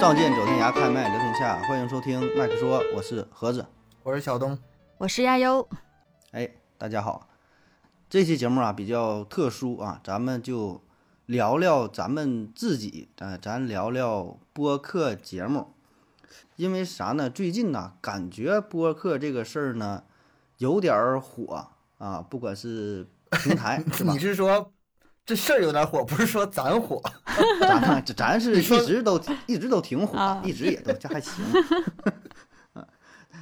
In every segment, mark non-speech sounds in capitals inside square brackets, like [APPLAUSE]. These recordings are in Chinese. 仗剑走天涯，开麦聊天下，欢迎收听麦克说，我是盒子。我是小东，我是亚优，哎，大家好，这期节目啊比较特殊啊，咱们就聊聊咱们自己，呃，咱聊聊播客节目，因为啥呢？最近呢、感觉播客这个事儿呢有点儿火啊，不管是平台是吧你？是说这事儿有点火，不是说咱火？咱呢咱是你一说直都一直都挺火啊，一直也都这还行。 [LAUGHS] 啊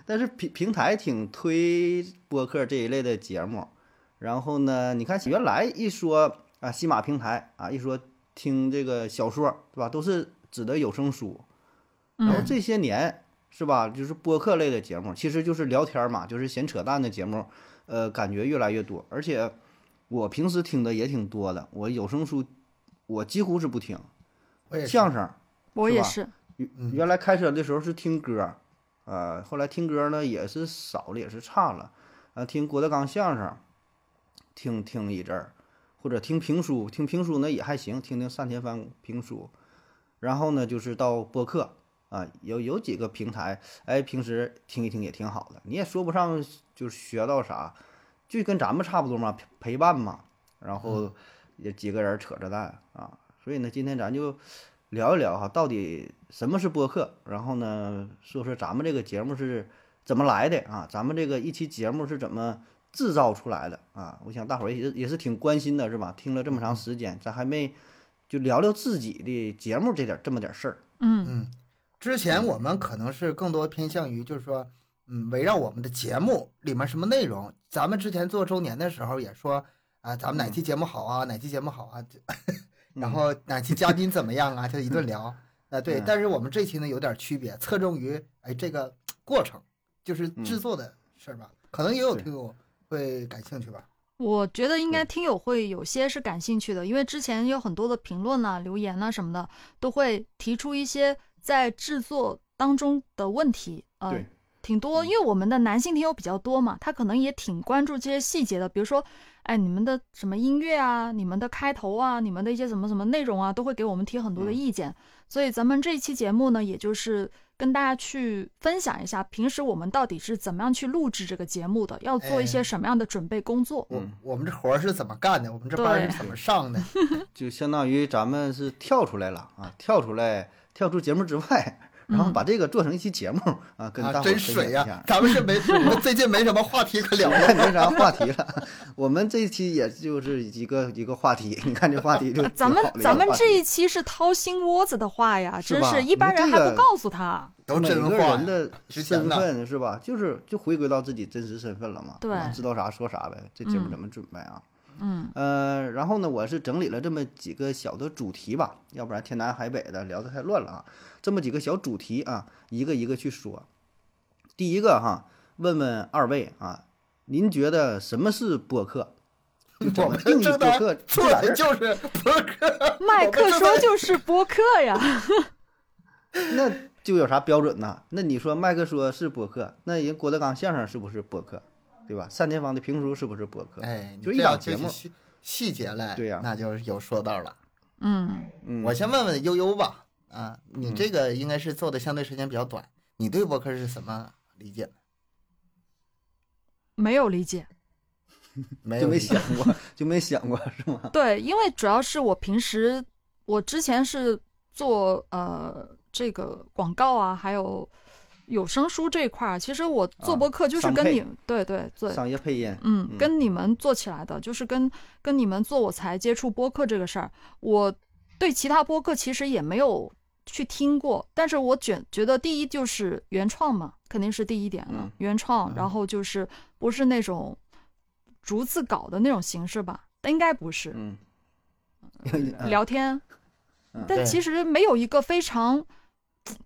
但是平平台挺推播客这一类的节目，然后呢，你看原来一说啊，西马平台啊，一说听这个小说，对吧，都是指的有声书。然后嗯这些年是吧，就是播客类的节目，其实就是聊天儿嘛，就是闲扯淡的节目，呃，感觉越来越多。而且我平时听的也挺多的，我有声书我几乎是不听，我也是相声我是也吧是，嗯原来开车的时候是听歌，呃，后来听歌呢也是少了，也是差了，啊，听郭德纲相声，听听一阵儿，或者听评书，听评书呢也还行，听听单田芳评书，然后呢就是到播客啊，有有几个平台，哎，平时听一听也挺好的，你也说不上就是学到啥，就跟咱们差不多嘛，陪陪伴嘛，然后也几个人扯着蛋啊，所以呢，今天咱就。聊一聊哈，到底什么是播客？然后呢，说说咱们这个节目是怎么来的啊？咱们这个一期节目是怎么制造出来的啊？我想大伙儿也也是挺关心的，是吧？听了这么长时间，咱还没就聊聊自己的节目这点这么点事儿。嗯嗯，之前我们可能是更多偏向于就是说，嗯，围绕我们的节目里面什么内容，咱们之前做周年的时候也说啊，咱们哪嗯期节目好啊，哪期节目好啊，就然后哪期嘉宾怎么样啊，就一 [LAUGHS] 顿聊。啊，对嗯，但是我们这期呢有点区别，侧重于哎这个过程，就是制作的事儿吧，可能也有嗯对听友会感兴趣吧。我觉得应该听友会有些是感兴趣的，因为之前有很多的评论呐、留言呐、什么的，都会提出一些在制作当中的问题，呃对，挺嗯多。因为我们的男性听友比较多嘛，他可能也挺关注这些细节的，比如说，哎，你们的什么音乐啊，你们的开头啊，你们的一些什么什么内容啊，都会给我们提很多的嗯意见。所以咱们这一期节目呢，也就是跟大家去分享一下，平时我们到底是怎么样去录制这个节目的，要做一些哎什么样的准备工作。我嗯我们这活儿是怎么干的？我们这班儿对是怎么上的？就相当于咱们是跳出来了啊，跳出来，跳出节目之外，然后把这个做成一期节目啊，跟啊，大伙儿真分享水一呀、下。咱们是 [LAUGHS] 没，我们最近没什么话题可 [LAUGHS] 聊了。太没啥话题了， [LAUGHS] 我们这期也就是一个一个话题，你看这话题就啊咱们挺好的一个咱们话题这一期是掏心窝子的话呀，是真吧是一般人你这还个不告诉 [LAUGHS] 他。都每真话个呀人 [LAUGHS] 的值身钱呐份是吧？就是就回归到自己真实身份了嘛，对啊知道啥说啥呗。这节目嗯怎么准备啊？嗯呃，然后呢，我是整理了这么几个小的主题吧，要不然天南海北的聊得太乱了啊。这么几个小主题啊，一个一个去说。第一个哈，问问二位啊，您觉得什么是播客？就怎我么们定义正播当客这出俩来字儿？就是 [LAUGHS] 博客，麦克说就是播客呀，那就有啥标准呢？那你说麦克说是播客，那人郭德纲相声是不是播客，对吧？单田芳的评书是不是播客？哎，就你一这样档节就目细细节来，对呀那就是有说道了。嗯嗯，我先问问悠悠吧，啊，你嗯这个应该是做的相对时间比较短，你对博客是什么理解？没有理解。没就有没理解想过， [LAUGHS] 就没想过是吗？对，因为主要是我平时我之前是做呃这个广告啊，还有有声书这一块儿，其实我做啊播客就是商跟配你、对对对商业配音，嗯嗯，跟你们做起来的，就是跟跟你们做，我才接触播客这个事儿。我对其他播客其实也没有去听过，但是我觉觉得第一就是原创嘛，肯定是第一点了，嗯原创。然后就是不是那种逐字稿的那种形式吧，应该不是、嗯， [LAUGHS] 聊天，嗯但对其实没有一个非常，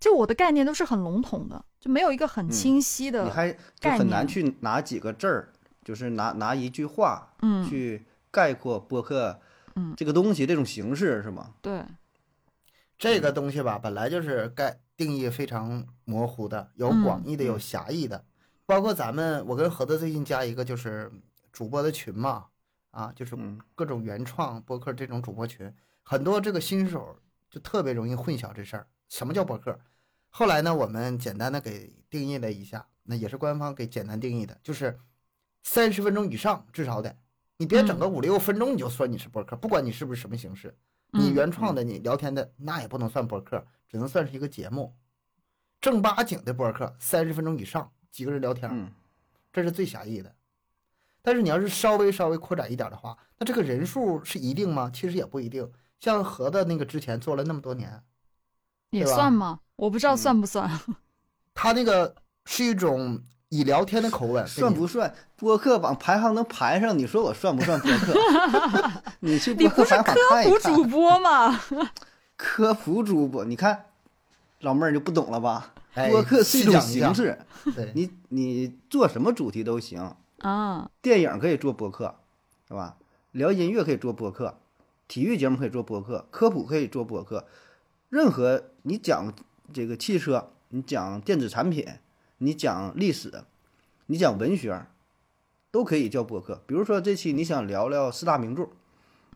就我的概念都是很笼统的，就没有一个很嗯清晰你的，还就概很难念去拿几个字儿，就是拿拿一句话嗯去概括播客嗯这个东西这种形式是吗？对，这个东西吧，本来就是概定义非常模糊的，有嗯广义的，有嗯狭义的。包括咱们，我跟盒子最近加一个就是主播的群嘛，啊，就是嗯各种原创播客这种主播群，很多这个新手就特别容易混淆这事儿，什么叫博客。后来呢，我们简单的给定义了一下，那也是官方给简单定义的，就是三十分钟以上至少得，你别整个五六分钟你就算你是博客，不管你是不是什么形式，你嗯原创的你聊天的那也不能算博客，只能算是一个节目。正八经的博客三十分钟以上，几个人聊天，嗯这是最狭义的。但是你要是稍微稍微扩展一点的话，那这个人数是一定吗？其实也不一定。像盒子那个之前做了那么多年，也对吧算吗？我不嗯知道算不算。他那个是一种以聊天的口吻，算不算播客榜排行能排上？你说我算不算播 [LAUGHS] 客？你去你播不客是排行榜科看一普看。主播吗？ [LAUGHS] 科普主播，你看老妹儿就不懂了吧？哎播客是一种细讲形一下式，对，你你做什么主题都行。啊，电影可以做播客，是吧？聊音乐可以做播客，体育节目可以做播客，科普可以做播客，任何你讲这个汽车，你讲电子产品，你讲历史，你讲文学，都可以叫播客。比如说这期你想聊聊四大名著，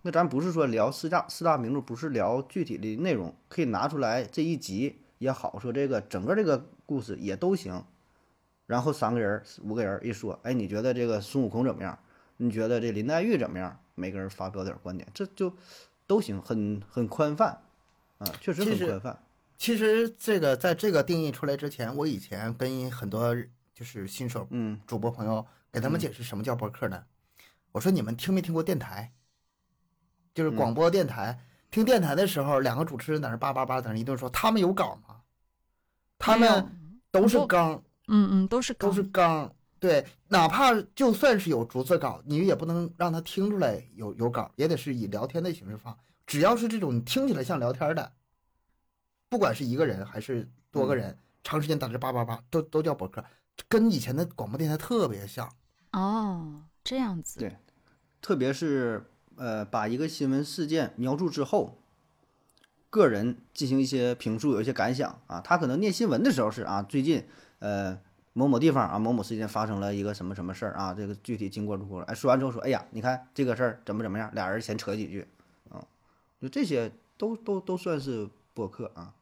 那咱不是说聊四大四大名著，不是聊具体的内容，可以拿出来这一集也好，说这个整个这个故事也都行。然后三个人、五个人一说，哎，你觉得这个孙悟空怎么样？你觉得这林黛玉怎么样？每个人发表点观点，这就都行，很很宽泛，啊，确实很其实宽泛。其实这个在这个定义出来之前，我以前跟很多就是新手嗯主播朋友给嗯他们解释什么叫播客呢？我说你们听没听过电台？就是嗯广播电台。听电台的时候，两个主持人在那叭叭叭在那一顿说，他们有稿吗？他没有们都是不刚，嗯嗯，都是都刚是刚。对，哪怕就算是有逐字稿，你也不能让他听出来有有稿，也得是以聊天的形式放。只要是这种你听起来像聊天的，不管是一个人还是多个人，嗯长时间打这叭叭叭，都都叫博客，跟以前的广播电台特别像。哦，这样子。对特别是呃，把一个新闻事件描述之后，个人进行一些评述，有一些感想啊。他可能念新闻的时候是啊，最近呃某某地方啊某某事件发生了一个什么什么事儿啊，这个具体经过如何了？哎，说完之后说，哎呀，你看这个事儿怎么怎么样，俩人闲扯几句啊，就这些都都都算是播客啊。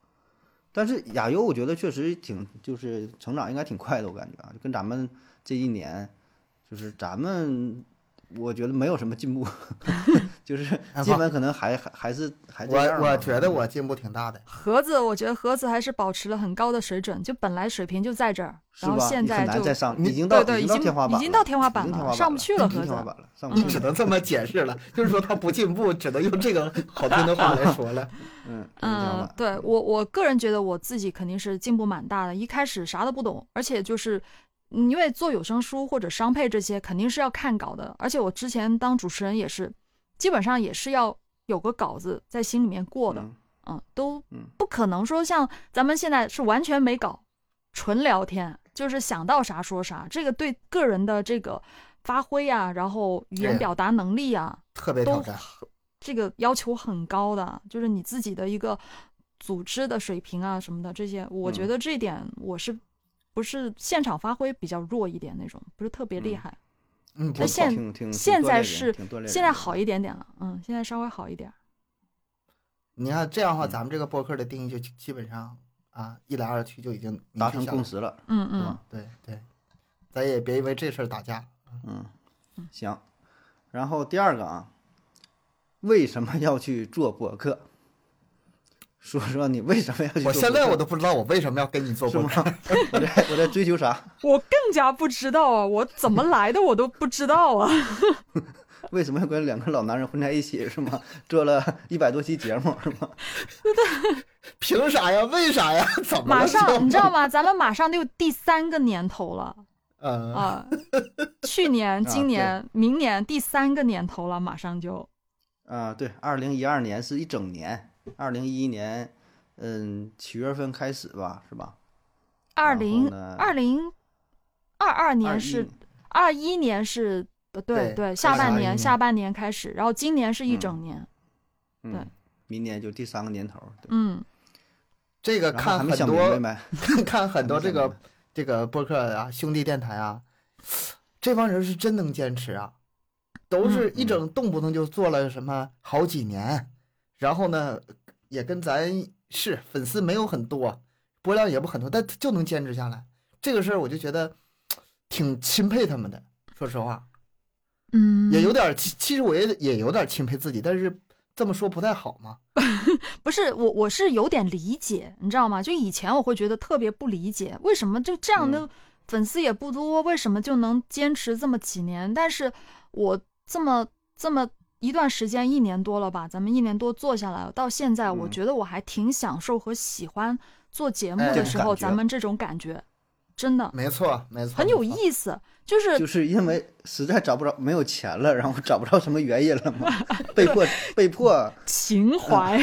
但是亚优，我觉得确实挺，就是成长应该挺快的，我感觉啊，就跟咱们这一年，就是咱们我觉得没有什么进步， [LAUGHS] 就是哎基不本可能还还还是还这我样吧。嗯我觉得我进步挺大的，盒子，我觉得盒子还是保持了很高的水准，就本来水平就在这儿，是然后吧？现你在很难就再上，你已经到对对，已已经经到天花板了，已经到天花已板经天花上不去了，已经盒天花子。板了，上不嗯去只了。能这么解释了。就是说他不进步，只能用这个好听的话来 [LAUGHS] 说了。嗯，已经天花嗯板，。对我我个人觉得我自己肯定是进步蛮大的，一开始啥都不懂，而且就是。嗯因为做有声书或者商配这些肯定是要看稿的，而且我之前当主持人也是，基本上也是要有个稿子在心里面过的，嗯嗯，都嗯不可能说像咱们现在是完全没搞，纯聊天，就是想到啥说啥。这个对个人的这个发挥呀、然后语哎言呀表达能力呀、特别挑都战，这个要求很高的，就是你自己的一个组织的水平啊什么的这些，我嗯觉得这一点我是不是现场发挥比较弱一点那种，不是特别厉嗯害。嗯，不那现挺挺挺锻现在炼人是挺锻炼人的，现在好一点点了，嗯，现在稍微好一点。你看这样的话，嗯咱们这个播客的定义就基本上啊，一来二去就已经明确达成下来共了。识了，嗯是嗯吧，？对对，咱也别因为这事儿打架。嗯，行。然后第二个啊，为什么要去做博客？说说你为什么要去做播我客？现在我都不知道我为什么要跟你做是播吗客，？我在我在追求啥？我更加不知道啊，我怎么来的我都不知道 [LAUGHS] 啊。为什么要跟两个老男人混在一起是吗？做了一百多期节目是吗？凭啥呀？为啥呀？ [LAUGHS] 怎么了马就上你 [LAUGHS] 知道吗？咱们马上就第三个年头了嗯、啊，去年、啊今年、明年第三个年头了，马上就。啊，对，二零一二年是一整年，二零一一年，嗯，七月份开始吧，是吧？二然后零嗯呢二零二二年是21二一年是，呃对对对，开下始半21年年下半年开始，然后今年是一整年，对嗯，明年就第三个年头儿，对，嗯这个然后还看没很想明白多呗，看很多还没这想明个这个播客啊，兄弟电台啊，这帮人是真能坚持啊，都是嗯一整动不动就做了什么好几年，然后呢，也跟咱是粉丝没有很多，播量也不很多，但就能坚持下来。这个事儿我就觉得挺钦佩他们的，说实话，嗯，也有点儿，其其实我也也有点儿钦佩自己，但是这么说不太好嘛。不是我，我是有点理解，你知道吗？就以前我会觉得特别不理解，为什么就这嗯样的粉丝也不多，为什么就能坚持这么几年？但是我这么这么一段时间，一年多了吧，咱们一年多做下来，到现在，我嗯觉得我还挺享受和喜欢做节目哎的这时种候，感觉咱们这种感觉，真的没错，没错，很有没错。意思，就是就是因为实在找不着没有钱了，然后找不着什么原因了嘛， [LAUGHS] 被迫被迫情怀。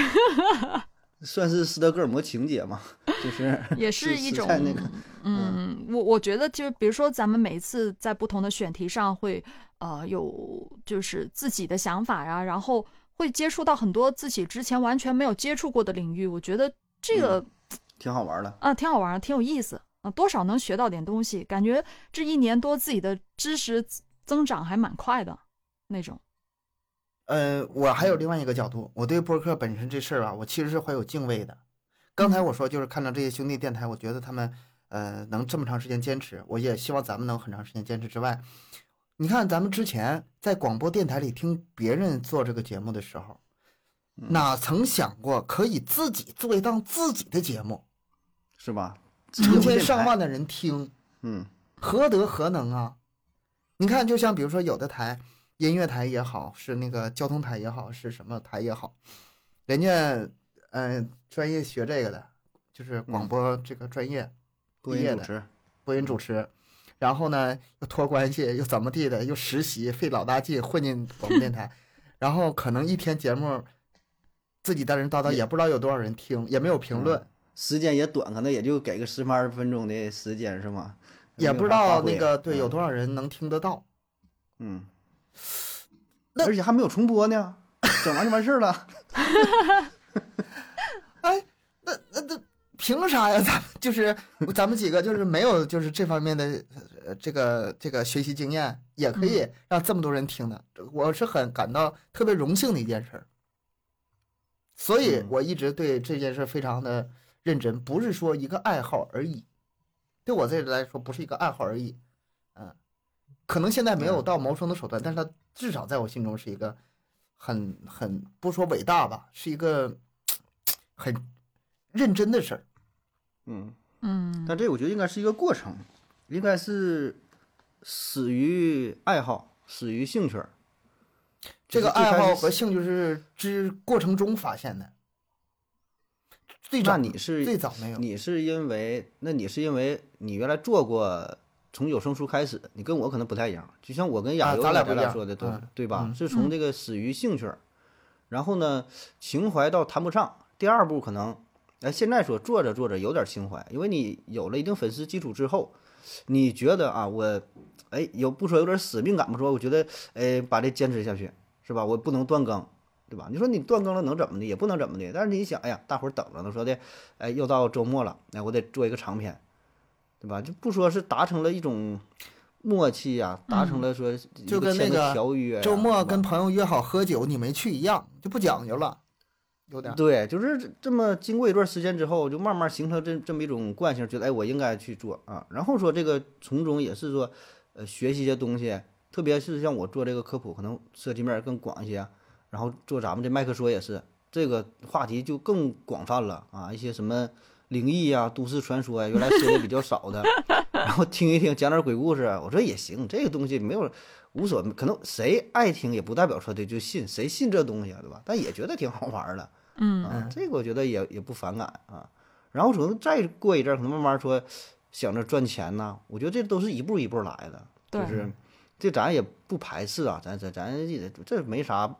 算是斯德哥尔摩情节嘛，就是 [LAUGHS] 也是一种在那个 [LAUGHS] 嗯，我我觉得就是比如说咱们每一次在不同的选题上会呃有就是自己的想法呀、然后会接触到很多自己之前完全没有接触过的领域，我觉得这个嗯挺好玩的。啊挺好玩儿，挺有意思啊，多少能学到点东西，感觉这一年多自己的知识增长还蛮快的那种。呃，我还有另外一个角度，我对播客本身这事儿吧，啊我其实是怀有敬畏的。刚才我说就是看到这些兄弟电台，我觉得他们呃能这么长时间坚持，我也希望咱们能很长时间坚持之外，你看咱们之前在广播电台里听别人做这个节目的时候，哪曾想过可以自己做一档自己的节目，是吧？成千上万的人听，嗯，何德何能啊！你看，就像比如说有的台，音乐台也好，是那个交通台也好，是什么台也好，人家嗯、呃专业学这个的，就是广播这个专业播毕业音主的持，播音主持，然后呢又托关系又怎么地的，又实习费老大劲混进广播电台， [LAUGHS] 然后可能一天节目自己单人叨叨，也也不嗯知道有多少人听，也没有评论，时间也短，可能也就给个十分二十分钟的时间是吗？嗯也不知道那个对有嗯多少人能听得到。啊嗯，那而且还没有重播呢，整完就完事儿了。那那那凭啥呀？咱们 [LAUGHS] 就是咱们几个就是没有就是这方面的呃这个这个学习经验，也可以让这么多人听的，我是很感到特别荣幸的一件事儿。所以嗯我一直对这件事非常的认真，不是说一个爱好而已，对我这来说不是一个爱好而已，嗯，可能现在没有到谋生的手段，但是它至少在我心中是一个很很不说伟大吧，是一个很认真的事儿。嗯，嗯，但这我觉得应该是一个过程，应该是始于爱好，始于兴趣儿。这个就是最爱开好始和兴趣是之过程中发现的，最那早你是最早没有，你是因为，那你是因为你原来做过从有声书开始，你跟我可能不太一样。就像我跟啊亚游，咱俩不一俩样说的都是、嗯对吧？嗯是从这个始于兴趣儿，然后呢，情怀到谈不上。第二步可能，哎，现在说做着做着有点情怀，因为你有了一定粉丝基础之后，你觉得啊，我，哎，有不说有点使命感不说，我觉得，哎，把这坚持下去是吧？我不能断更。对吧？你说你断更了能怎么的？也不能怎么的。但是你想，哎呀，大伙儿等着呢，说的，哎，又到周末了，哎，我得做一个长篇，对吧？就不说是达成了一种默契呀、达成了说一嗯就跟那签个个条约呀、周末啊是吧跟朋友约好喝酒，你没去一样，就不讲究了，有点儿。对，就是这这么经过一段时间之后，就慢慢形成这这么一种惯性，觉得哎，我应该去做啊。然后说这个从中也是说，呃，学习一些东西，特别是像我做这个科普，可能涉及面儿更广一些。然后做咱们这麦克说也是，这个话题就更广泛了啊，一些什么灵异啊、都市传说呀、原来涉猎比较少 [LAUGHS] 的，然后听一听，讲点儿鬼故事，啊我说也行，这个东西没有。无所，可能谁爱听也不代表说的就信，谁信这东西啊，对吧？但也觉得挺好玩儿的。嗯啊，这个我觉得也也不反感啊。然后可能再过一阵儿，可能慢慢说想着赚钱呐、我觉得这都是一步一步来的，对就是这咱也不排斥啊，咱咱咱也这没啥，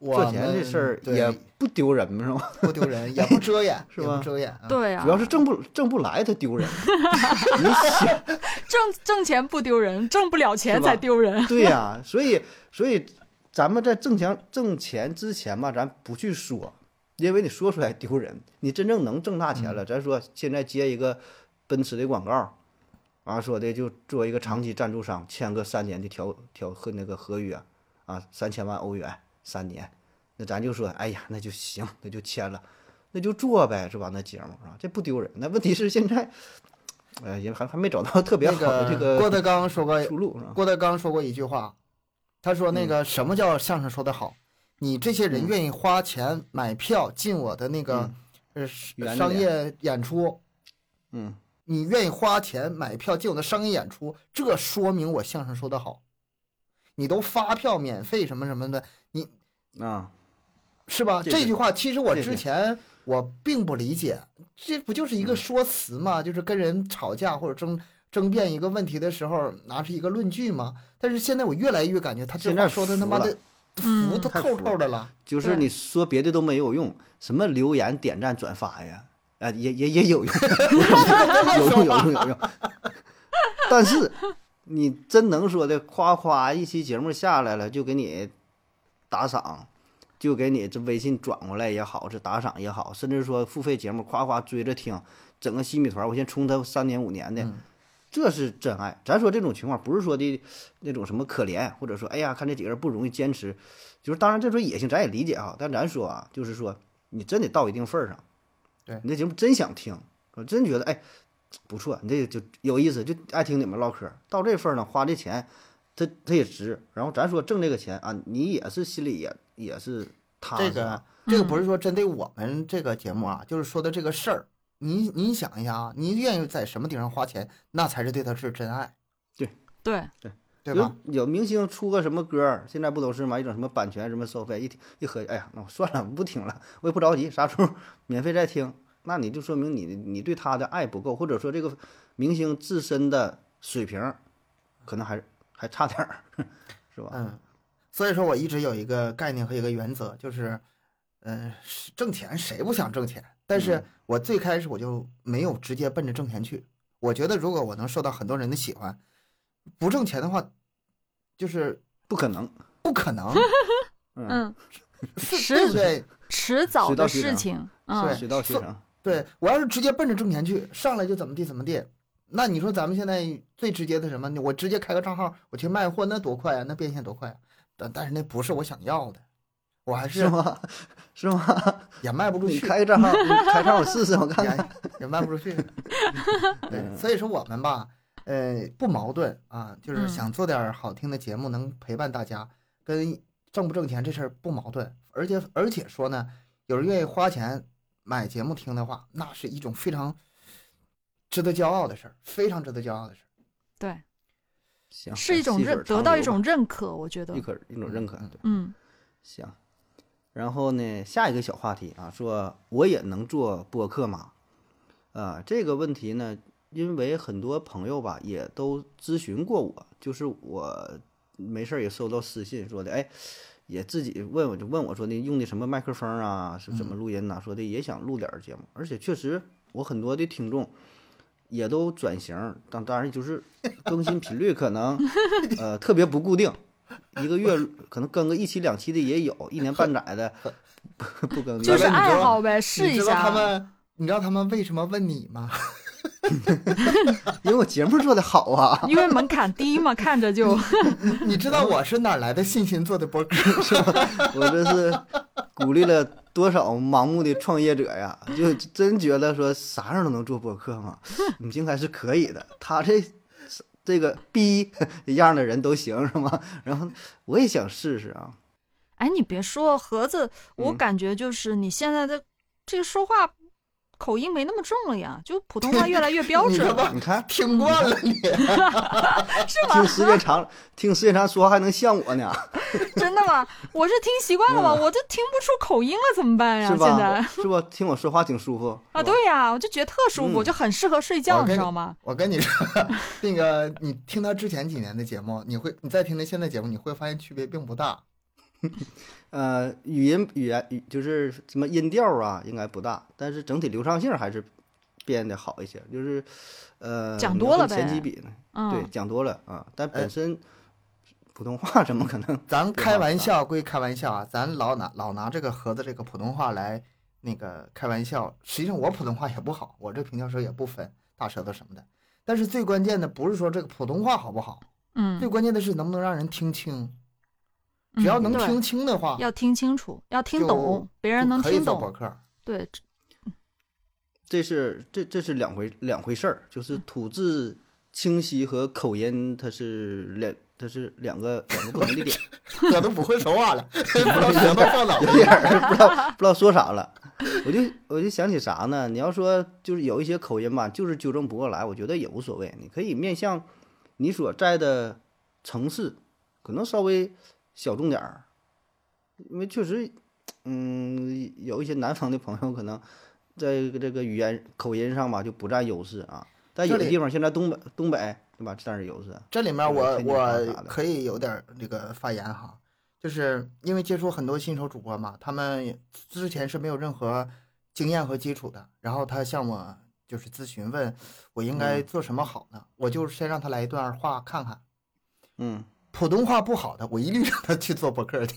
我赚钱这们事儿对也不丢人是吧？不丢人，也不遮掩， [LAUGHS] 是也不吧遮掩啊。对啊，主要是挣不挣不来，他丢人。你想挣挣钱不丢人，挣不了钱是吧才 [LAUGHS] 丢人。对呀、所以所以咱们在挣钱挣钱之前吧，咱不去说，因为你说出来丢人。你真正能挣大钱嗯了，咱说现在接一个奔驰的广告，啊，说的就做一个长期赞助商，签个三年的条条和那个合约，啊，三千万欧元三年，那咱就说，哎呀，那就行，那就签了。那就做呗，是吧？那节目啊，这不丢人。那问题是现在，呃，也还还没找到特别那好的这个郭德纲说过，出路，是吧？郭德纲说过一句话，他说那个什么叫相声说得好？你这些嗯人愿意花钱买票进我的那个嗯呃园子商里业演出，嗯，你愿意花钱买票进我的商业演出，这说明我相声说得好。你都发票免费什么什么的，啊，是吧？这是这句话其实我这是之前我并不理解，这不就是一个说辞嘛？就是跟人吵架或者争争辩一个问题的时候拿出一个论据嘛。但是现在我越来越感觉他这现话在说的服他妈了的嗯服的太透服透的了。就是对你说别的都没有用，什么留言、点赞、转发呀，啊，也也也有用，有用有用有用有用。但是你真能说的，夸夸一期节目下来了，就给你打赏，就给你这微信转过来也好，是打赏也好，甚至说付费节目夸夸追着听，整个西米团，我先充他三年五年的。嗯这是真爱。咱说这种情况，不是说的那种什么可怜，或者说哎呀，看这几个人不容易坚持，就是当然这种野性咱也理解啊，但咱说啊，就是说你真得到一定份儿上，对你这节目真想听，我真觉得哎不错，你这就有意思，就爱听你们唠嗑儿，到这份儿上花这钱，它它也值。然后咱说挣这个钱啊，你也是心里也也是踏实、这啊。个这个不是说针对我们这个节目啊，就是说的这个事儿。您您想一下啊，您愿意在什么地方花钱，那才是对他是真爱，对，对有吧？有明星出个什么歌儿，现在不都是嘛，一整什么版权什么收费，一听一合计，哎呀，那我算了，不听了，我也不着急，啥时候免费再听，那你就说明你你对他的爱不够，或者说这个明星自身的水平儿可能还还差点儿， [LAUGHS] 是吧？嗯，所以说我一直有一个概念和一个原则，就是，嗯、是挣钱谁不想挣钱？但是嗯我最开始我就没有直接奔着挣钱去。我觉得如果我能受到很多人的喜欢，不挣钱的话，就是不可能，不 [LAUGHS] 可能，嗯，嗯，是是对不对？迟早水到的渠成事情，嗯对水到渠所成，对我要是直接奔着挣钱去，上来就怎么地怎么地，那你说咱们现在最直接的什么？我直接开个账号，我去卖货，那多快啊，那变现多快啊！但但是那不是我想要的，我还 [LAUGHS] 是是吗？是吗？也卖不出你去。开个 [LAUGHS] 账号，你开账号我试 [LAUGHS] 试，我看看。也也卖不出去。嗯对，所以说我们吧，呃，不矛盾啊，就是嗯想做点儿好听的节目，能陪伴大家，跟挣不挣钱这事儿不矛盾。而且而且说呢，有人愿意花钱买节目听的话，那是一种非常值得骄傲的事儿，非常值得骄傲的事儿。对，啊行，是一种细水认，长得到流一种认可，我觉得一，可一种认可，嗯对。嗯行，然后呢，下一个小话题啊，说我也能做播客吗？啊，这个问题呢，因为很多朋友吧也都咨询过我，就是我没事儿也收到私信说的，哎，也自己问我就问我说的用的什么麦克风啊，是怎么嗯录音呐、说的也想录点儿节目，而且确实我很多的听众。也都转型儿，当当然就是更新频率可 [LAUGHS] 能，呃，特别不固定，一个月可能更个一期两期的也有，一年半载 [LAUGHS] 的不不更就新。是原来你知爱道好呗，试你一知道他下。啊们，你知道他们为什么问你吗？ [LAUGHS] 因为我节目做的好啊，因为门槛低嘛，看 [LAUGHS] 着就你知 [LAUGHS] 道我是哪来的信心做的播客 [LAUGHS] 是吧？ [LAUGHS] 我这是鼓励了多少盲目的创业者呀！就真觉得说啥样都能做播客 [LAUGHS] 吗？你应该是可以的。他这这个逼 [LAUGHS] 样的人都行是吗？ [LAUGHS] 然后我也想试试啊。哎，你别说盒子，我嗯感觉就是你现在的这个说话口音没那么重了呀，就普通话越来越标 [LAUGHS] 你准他了，妈你看，听惯了你，是吗听？时间长 [LAUGHS] 了，听时间长说话还能像我呢，真的吗？我是听习惯了嗯吗？我就听不出口音了，怎么办哎呀？是现吧在？是吧？听我说话挺舒服啊，是吧对呀，我就觉得特舒服，嗯我就很适合睡我觉，跟你知你道吗？我跟你说，那个你听他之前几年的节目，你会你再听他现在节目，你会发现区别并不大。呃，语音语言语就是什么音调啊，应该不大，但是整体流畅性还是变得好一些。就是，呃，讲你要多了跟前几呗比呢，对，嗯，讲多了啊，但哎本身普通话怎么可能？咱对开吧玩笑归开玩笑啊，咱老拿老拿这个盒子这个普通话来那个开玩笑。实际上我普通话也不好，我这平翘舌也不分大舌头什么的。但是最关键的不是说这个普通话好不好，嗯，最关键的是能不能让人听清。嗯只要能对听清的话，要听清楚，要听就懂，别人能啊就可以听做博懂。客。对，这是这这是两回两回事儿，就是吐字清晰和口音它是两它是两个两个不同的点，我都不会说话了，不知道舌头放哪有点儿不知道不知道说啥了。我就我就想起啥呢？你要说就是有一些口音吧，就是纠正不过来，我觉得也无所谓。你可以面向你所在的城市，可能稍微小众点儿，因为确实，嗯，有一些南方的朋友可能在这个语言口音上吧就不占优势啊。但有这的里地方，现在东北东北对吧，占着优势。这里面我对天津话我啥的可以有点儿这个发言哈，就是因为接触很多新手主播嘛，他们也之前是没有任何经验和基础的，然后他向我就是咨询问我应该做什么好呢？我就先让他来一段话看看，嗯，普通话不好的，我一律让他去做博客去，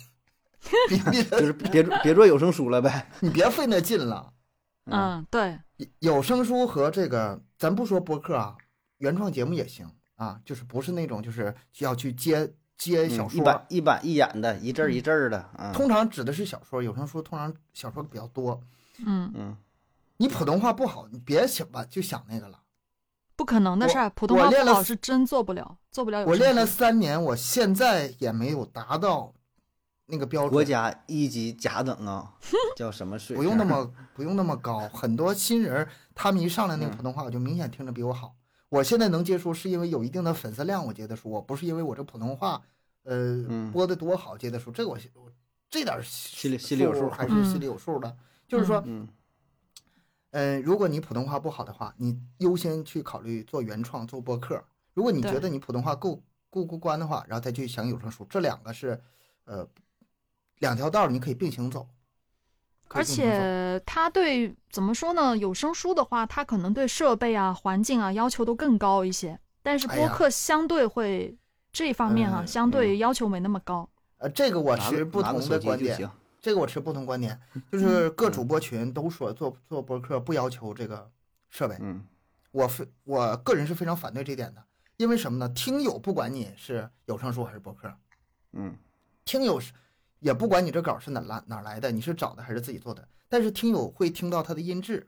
[LAUGHS] 你别就是别做别做有声书了呗。你别费那劲了。嗯嗯，对，有声书和这个，咱不说播客啊，原创节目也行啊，就是不是那种就是需要去接接小嗯说，一板一板一眼的，一阵儿一阵儿的啊。通常指的是小说，有声书通常小说比较多。嗯，嗯，你普通话不好，你别想吧，就想那个了。不可能的事儿，普通我话练不了好是真做不了，做不了有我声练了书三年，我现在也没有达到那个标准。国家一级甲等啊，叫什么水 [LAUGHS] 不平？用那么不用那么高，很多新人儿他们一上来那个嗯普通话，我就明显听着比我好。我现在能接触，是因为有一定的粉丝量，我接得熟。我不是因为我这普通话，呃，嗯播的多好接得熟。这个我心我这点儿里心里有数还是嗯心里有数的。就是说，嗯嗯、如果你普通话不好的话，你优先去考虑做原创、做播客。如果你对觉得你普通话够够过关的话，然后再去想有声书，这两个是，呃，两条道儿你可以并行走。可以而并行走且他对怎么说呢？有声书的话，他可能对设备啊、环境啊要求都更高一些，但是哎播呀客相对会、这一方面哈、嗯相对要求没那么高。呃，这个我拿个持不拿个同手的机观就点行，嗯这个我持不同 [LAUGHS] 观点，就是各主播群都说做做播客不要求这个设备，嗯我非我个人是非常反对这点的，因为什么呢？听友不管你是有声书还是播客，嗯听友是也不管你这稿是哪来哪儿来的，你是找的还是自己做的，但是听友会听到它的音质。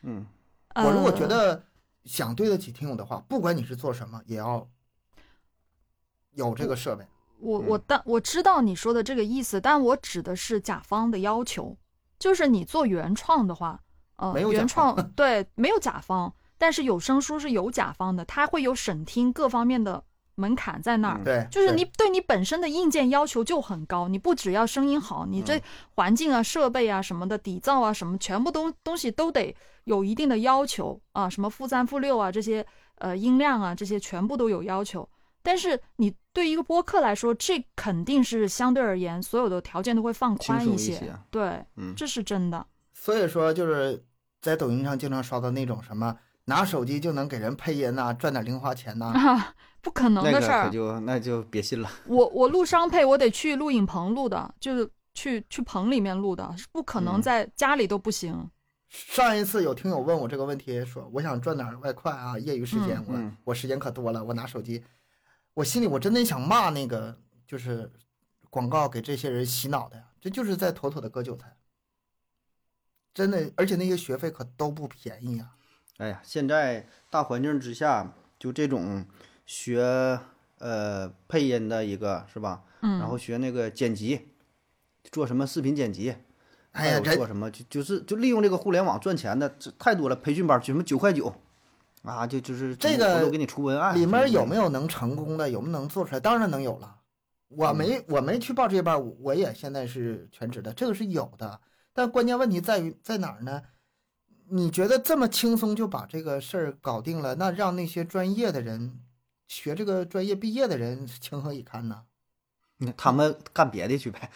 嗯，我如果呃觉得想对得起听友的话，不管你是做什么，也要有这个设备。我嗯我但我知道你说的这个意思，但我指的是甲方的要求，就是你做原创的话，呃，没有原甲创对没有甲方，但是有声书是有甲方的，它会有审听各方面的门槛在那儿。嗯对，就是对你对你本身的硬件要求就很高，你不只要声音好，你嗯对环境啊、设备啊什么的、底噪啊什么，全部东东西都得有一定的要求啊，什么负三、负六啊这些，呃，音量啊这些全部都有要求。但是你对一个播客来说，这肯定是相对而言所有的条件都会放轻宽松些，些啊对，嗯这是真的。所以说，就是在抖音上经常刷到那种什么拿手机就能给人配音呐、赚点零花钱呐、啊， [LAUGHS] 不可能嗯那的个事儿可。就那就别信了，我我录商配，我得去录影棚录的，就是去去棚里面录的，是不可能嗯在家里都不行。上一次有听友问我这个问题，说我想赚点外快啊，业余时间嗯我、嗯我时间可多了，我拿手机，我心里我真的想骂那个就是广告给这些人洗脑的呀，这就是在妥妥的割韭菜，真的，而且那些学费可都不便宜啊。哎呀，现在大环境之下，就这种学呃配音的一个是吧，嗯，然后学那个剪辑，做什么视频剪辑，哎还呀，有人做什么就就是就利用这个互联网赚钱的，这太多了，培训班什么九块九，啊，就就是这怎么我个都给你出文案，里面有没有？有能成功的，有没有能做出来？当然能有了。我没我没去报这班，我我也现在是全职的，这个是有的。但关键问题在于在哪儿呢？你觉得这么轻松就把这个事儿搞定了，那让那些专业的人，学这个专业毕业的人情何以堪呢？嗯他们干别的去呗，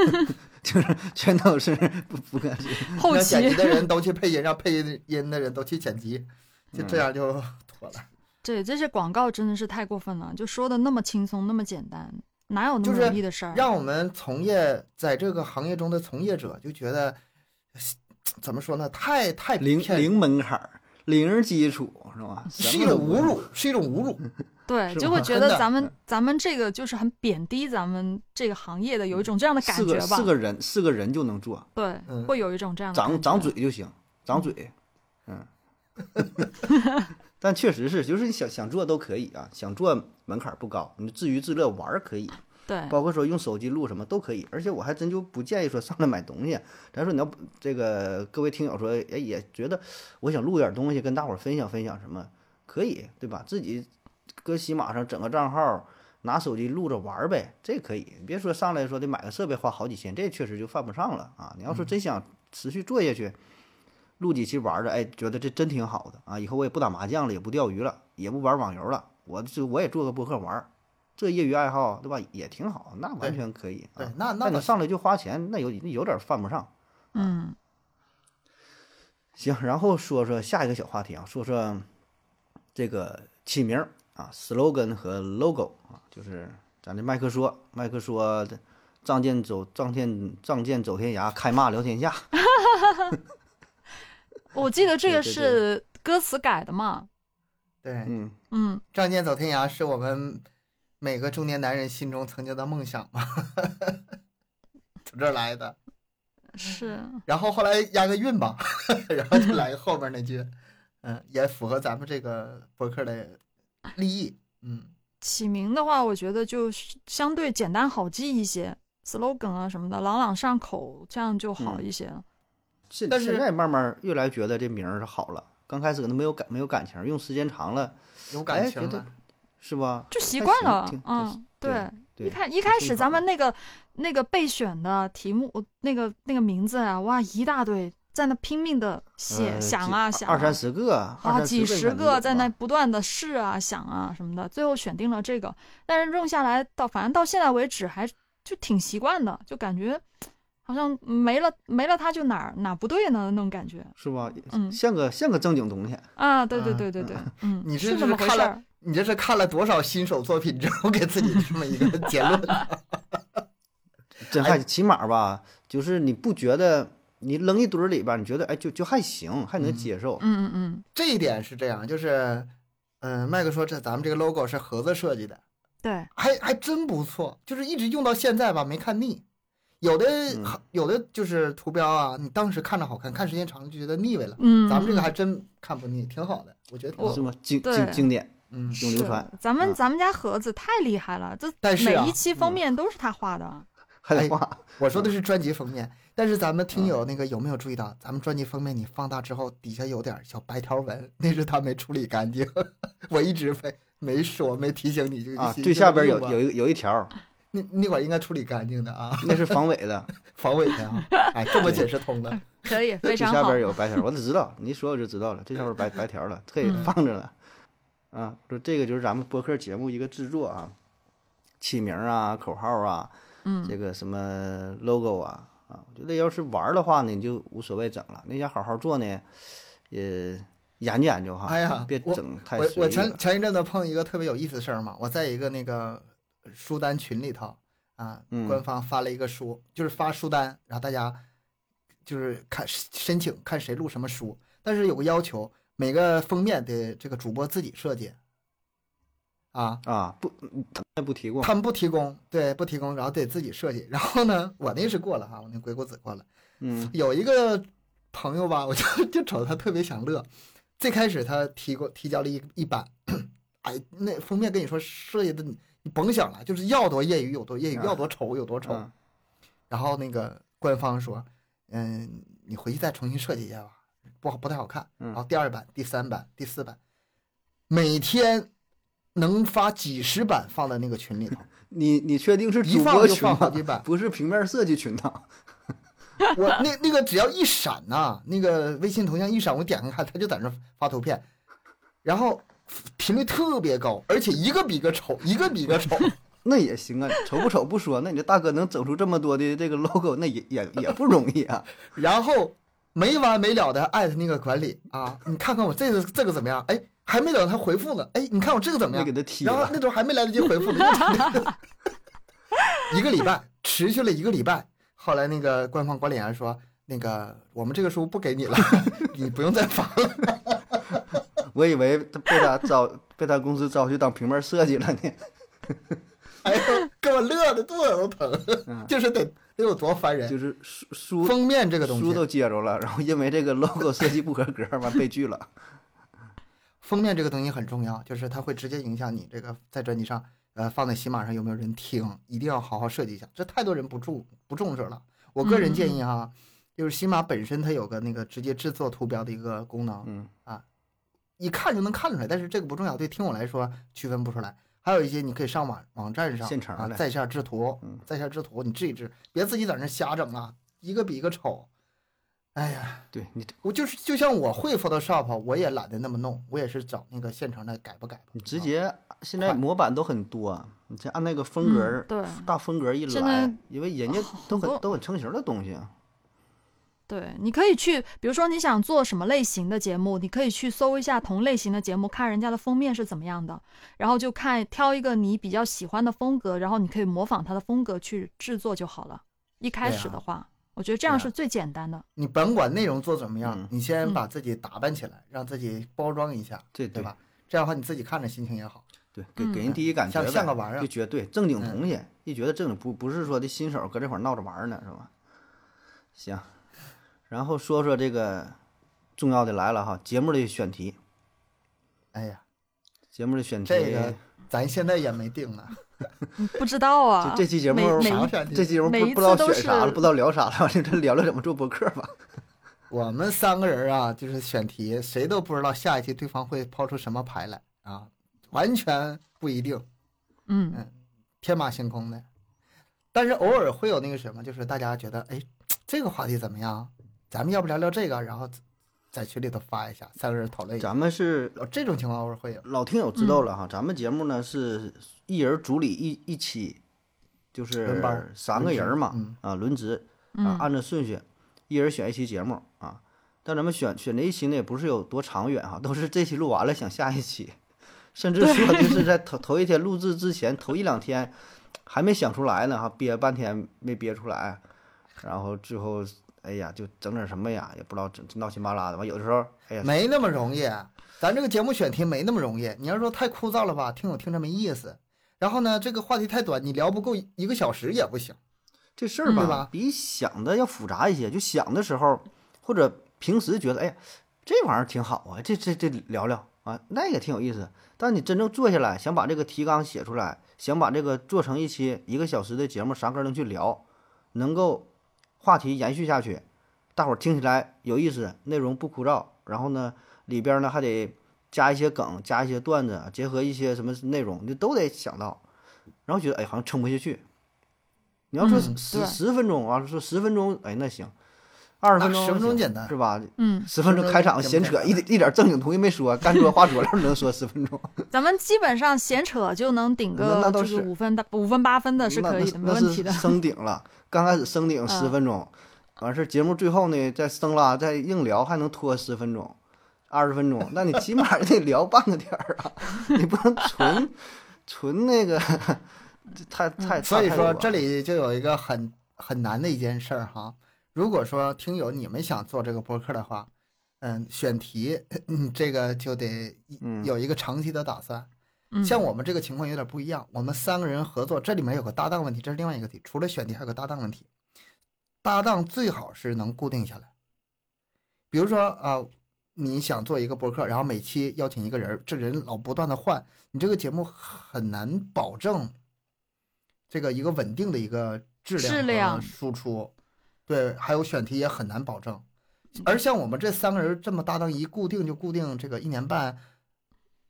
[LAUGHS] 就是全都是不不干。 [LAUGHS] 后让期剪辑的人都去配音，让配音音的人都去剪辑，就嗯这样就 [LAUGHS] 妥了。对这些广告真的是太过分了，就说的那么轻松，那么简单，哪有那就么是容易的事儿？让我们从业在这个行业中的从业者就觉得，怎么说呢？太太零骗人零门槛儿，零基础是吧？是什一么种都不侮辱，是一种侮辱。对，是就吧嗯会觉真得的咱们咱们这个就是很贬低咱们这个行业的，有一种这样的感嗯四觉个吧四？个人四个人就能做，对，嗯会有一种这样的长感长觉嘴就行，长嘴。嗯 [LAUGHS] 但确实是，就是你想想做都可以啊，想做门槛不高，你自娱自乐玩儿可以，对，包括说用手机录什么都可以。而且我还真就不建议说上来买东西。啊咱说你要这个各位听友说，哎，也觉得我想录点东西跟大伙儿分享分享什么，可以对吧？自己搁喜马上整个账号，拿手机录着玩儿呗，这可以。别说上来说得买个设备花好几千，这确实就犯不上了啊。你要说嗯真想持续做下去，录几期玩儿的，哎，觉得这真挺好的啊。以后我也不打麻将了，也不钓鱼了，也不玩网游了，我就我也做个播客玩儿。这业余爱好，对吧？也挺好，那完全可以对啊。，那那那你我上来就花钱，那有有点犯不上。 [LAUGHS] 嗯，行，然后说说下一个小话题啊，说说这个起名儿啊，slogan 和 logo 啊，就是咱这麦克说，麦克说的仗剑走仗剑仗剑走天涯，开骂聊天下。我记得这个对对是歌词改的嘛，对嗯，嗯，仗剑走天涯是我们每个中年男人心中曾经的梦想嘛， [LAUGHS] 从这儿来的。嗯是，然后后来押个韵吧， [LAUGHS] 然后就来个后面那句，嗯，也符合咱们这个博客的立意。嗯，起名的话，我觉得就是相对简单好记一些，slogan 啊什么的，朗朗上口，这样就嗯好一些了。现但是现在慢慢越来越觉得这名儿是好了，刚开始可能没有感没有感情，用时间长了有哎感情觉得了。是吧？就习惯了挺，挺嗯，对对对。一开一挺开顺始口咱们的那个那个备选的题目，那个那个名字啊，哇，一大堆，在那拼命的写、呃想几啊想二三十个，二啊，三几个十应该个有在吧那不断的试啊想啊什么的，最后选定了这个，但是用下来到反正到现在为止还就挺习惯的，就感觉好像没了没了它就哪儿哪儿不对呢那种感觉是吧？嗯像个像个正经东西。啊，对对啊对对对，嗯，你这就是这是么回看事了儿，你这是看了多少新手作品之后给自己这么一个结论？ [LAUGHS] 真哎还起码吧，就是你不觉得你扔一堆儿里边儿，你觉得哎就就还行，还能接受。嗯嗯嗯，这一点是这样，就是，嗯，麦克说这咱们这个 logo 是盒子设计的，对，还还真不错，就是一直用到现在吧，没看腻。有的、嗯有的就是图标啊，你当时看着好看，看时间长了就觉得腻味了。嗯，咱们这个还真看不腻，挺好的，我觉得挺好是的。吗？经对经经典，嗯，永流是传咱们啊咱们家盒子太厉害了，这但是每啊一期封嗯面都是他画的，还哎得画。我说的是专辑封面，但是咱们嗯听友那个有没有注意到，咱们专辑封面你放大之后底下有点小白条纹，那是他没处理干净。 [LAUGHS] 我一直没没说，没提醒你就啊，就最下边就有有一有一条 [LAUGHS] 儿，那那块儿应该处理干净的啊，那是防伪的，防伪的啊。哎，这么解释通了。 [LAUGHS] 可以 [LAUGHS] 非最常下好边，有白条儿，我就知道，你一说我就知道了，最下边 [LAUGHS] 白白条儿了，特意嗯放着了。啊，说这个就是咱们播客节目一个制作啊，起名儿啊、口号啊，嗯这个什么 logo 啊啊，我觉得要是玩儿的话呢，你就无所谓整了。那要好好做呢，也研究研究哈。哎呀别我整太我随我意前了前一阵子碰一个特别有意思的事儿嘛，我在一个那个书单群里头啊，嗯官方发了一个书，就是发书单，然后大家就是看申请看谁录什么书，但是有个要求，每个封面得这个主播自己设计啊，啊，不，嗯他们不提供他们不提供，对，不提供，然后得自己设计。然后呢，我那是过了哈，我那鬼谷子过了。嗯有一个朋友吧，我就 [LAUGHS] 就瞅他特别想乐。最开始他提过提交了一一版， [CLEARS THROAT] 哎，那封面跟你说设计的你，你甭想了，就是要多业余有多业余，啊要多丑有多丑。嗯然后那个官方说，嗯，你回去再重新设计一下吧，不好不太好看。嗯然后第二版、第三版、第四版，每天能发几十版放在那个群里头，你你确定是一主放播就群放好吗？几版。不是平面设计群呐？我那那个只要一闪呐、那个微信头像一闪，我点开看，他就在那发图片，然后频率特别高，而且一个比一个丑，一个比一 [LAUGHS] 个丑。 [LAUGHS] 那也行啊，丑不丑不说，那你这大哥能整出这么多的这个 logo，那也也也不容易啊。然后没完没了的艾特那个管理啊，你看看我这个这个怎么样？哎，还没等他回复呢，哎，你看我这个怎么没给样？他踢然后了那头还没来得及回 [LAUGHS] 复呢，又成那个一个礼拜，持续了一个礼拜。后来那个官方管理员说，那个我们这个书不给你了， [LAUGHS] 你不用再发了。我以为他被他招被他公司招去当平面设计了呢。 [LAUGHS] 哎呦，给我乐的肚子都疼，嗯就是得得有多烦人。就是书书封面这个东书 [LAUGHS] 西，都接着了，然后因为这个 logo 设计不合格，完被拒了。封面这个东西很重要，就是它会直接影响你这个在专辑上，呃，放在喜马上有没有人听，一定要好好设计一下。这太多人不注不重视了。我个人建议嗯哈，就是喜马本身它有个那个直接制作图标的一个功能，啊嗯一看就能看出来，但是这个不重要，对听我来说区分不出来。还有一些你可以上网网站上现成啊的在线制图嗯，在线制图你自己制，别自己在那瞎整啊，一个比一个丑。哎呀，对你我就是就像我会 Photoshop，我也懒得那么弄，我也是找那个现成的改吧啊改吧。你直接现快在模板都很多，啊你这按那个风格儿嗯，对大风格儿一现来在，因为人家好都很多都很成型的东西，啊对，你可以去，比如说你想做什么类型的节目，你可以去搜一下同类型的节目，看人家的封面是怎么样的，然后就看挑一个你比较喜欢的风格，然后你可以模仿他的风格去制作就好了。一开对始啊的话，我觉得这样对啊是最简单的。你甭管内容做怎么样嗯，你先把自己打扮起来，让自己包装一下，对对吧？这样的话你自己看着心情也好。对，给嗯给人第一感觉像呗，像个玩意儿就觉得对正经嗯东西，一觉得正经不不是说的新手搁这块儿闹着玩儿呢，是吧？行，然后说说这个重要的来了哈，节目的选题，哎呀，节目的选题，这个咱现在也没定呢，嗯不知道啊这，这期节目每啥每选这题？节目每不一不知道次都选啥了，是不知道聊啥了，就 [LAUGHS] 这聊聊怎么做播客吧。我们三个人啊，就是选题，谁都不知道下一期对方会抛出什么牌来啊，完全不一定。嗯天马行空的，但是偶尔会有那个什么，就是大家觉得，哎，这个话题怎么样？咱们要不聊聊这个，然后在群里头发一下，三个人讨论一下。咱们是哦这种情况偶尔会有，老听友知道了哈，咱们节目呢是一人主理一一期，就是轮班儿三个人嘛，嗯啊，轮值啊，嗯按照顺序，一人选一期节目啊。但咱们选选这一期呢，也不是有多长远哈、都是这期录完了想下一期，甚至说就是 [LAUGHS] 在头头一天录制之前头一两天还没想出来呢哈、憋半天没憋出来，然后最后哎呀就整整什么呀，也不知道整闹心巴拉的。完有的时候哎呀没那么容易。咱这个节目选题没那么容易，你要说太枯燥了吧，听友听着没意思。然后呢，这个话题太短，你聊不够一个小时也不行。这事儿嗯对吧吧，比想的要复杂一些。就想的时候，或者平时觉得，哎呀，这玩意儿挺好啊，这这这聊聊啊，那个挺有意思。但你真正坐下来，想把这个提纲写出来，想把这个做成一期一个小时的节目，啥歌能去聊，能够话题延续下去，大伙儿听起来有意思，内容不枯燥。然后呢，里边呢还得加一些梗，加一些段子，结合一些什么内容，你都得想到。然后觉得哎，好像撑不下去。你要说嗯十对十分钟啊，说十分钟，哎，那行，二十分钟那十分钟行简单是吧？嗯，十分钟10开场分钟闲简扯，单一点一点正经东西没说，干说话佐料能说十分钟，咱们基本上闲扯就能顶那个那就都是是五分五分八分的是那可以那的，没那问题是的。升顶了。刚开始升顶嗯十分钟，完事儿节目最后呢再升拉再硬聊还能拖十分钟。二十分钟，那你起码也得聊半个点儿啊！你不能纯纯那个，这太太嗯所以太说多这了里就有一个很很难的一件事儿哈。如果说听友你们想做这个播客的话，嗯，选题，嗯，这个就得一嗯有一个长期的打算。嗯像我们这个情况有点不一样，我们三个人合作，这里面有个搭档问题，这是另外一个题。除了选题，还有个搭档问题。搭档最好是能固定下来，比如说啊、你想做一个博客，然后每期邀请一个人儿，这人老不断的换，你这个节目很难保证这个一个稳定的一个质量质和量输出，对，还有选题也很难保证。而像我们这三个人这么搭档，一固定就固定这个一年半，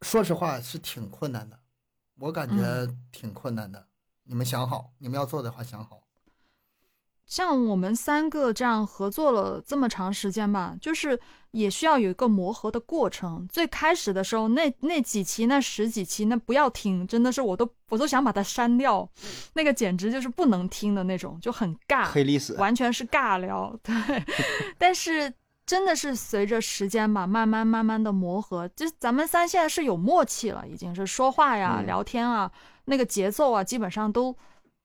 说实话是挺困难的，我感觉挺困难的。你们想好，你们要做的话想好。像我们三个这样合作了这么长时间吧，就是也需要有一个磨合的过程。最开始的时候，那那几期、那十几期，那不要听，真的是我都我都想把它删掉，那个简直就是不能听的那种，就很尬，黑历史，完全是尬聊。 [LAUGHS] 对，但是真的是随着时间吧，慢慢慢慢的磨合，就咱们三现在是有默契了，已经是说话呀、嗯聊天啊、那个节奏啊，基本上都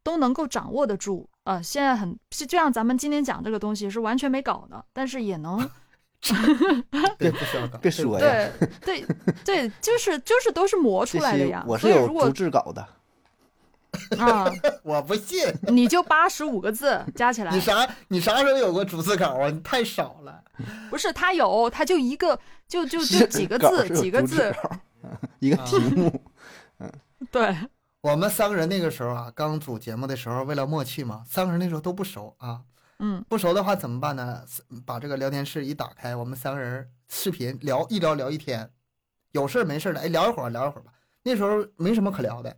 都能够掌握得住。呃，现在很是就像咱们今天讲这个东西是完全没搞的，但是 [LAUGHS] 也能对，不需要搞。别说呀，对对对，就是就是都是磨出这来的些呀。我是所以有如果逐字稿的，啊，我不信。你就八十五个字加起来你，啥你啥时候有过逐字稿啊？你太少了。不是他有，他就一个，就就就几个稿字是，有几个逐字字，啊稿儿，一个题目，对，我们三个人那个时候啊，刚组节目的时候，为了默契嘛，三个人那时候都不熟啊。嗯，不熟的话怎么办呢？把这个聊天室一打开，我们三个人视频聊一聊聊一天，有事儿没事儿的，哎，聊一会儿聊一会儿吧。那时候没什么可聊的，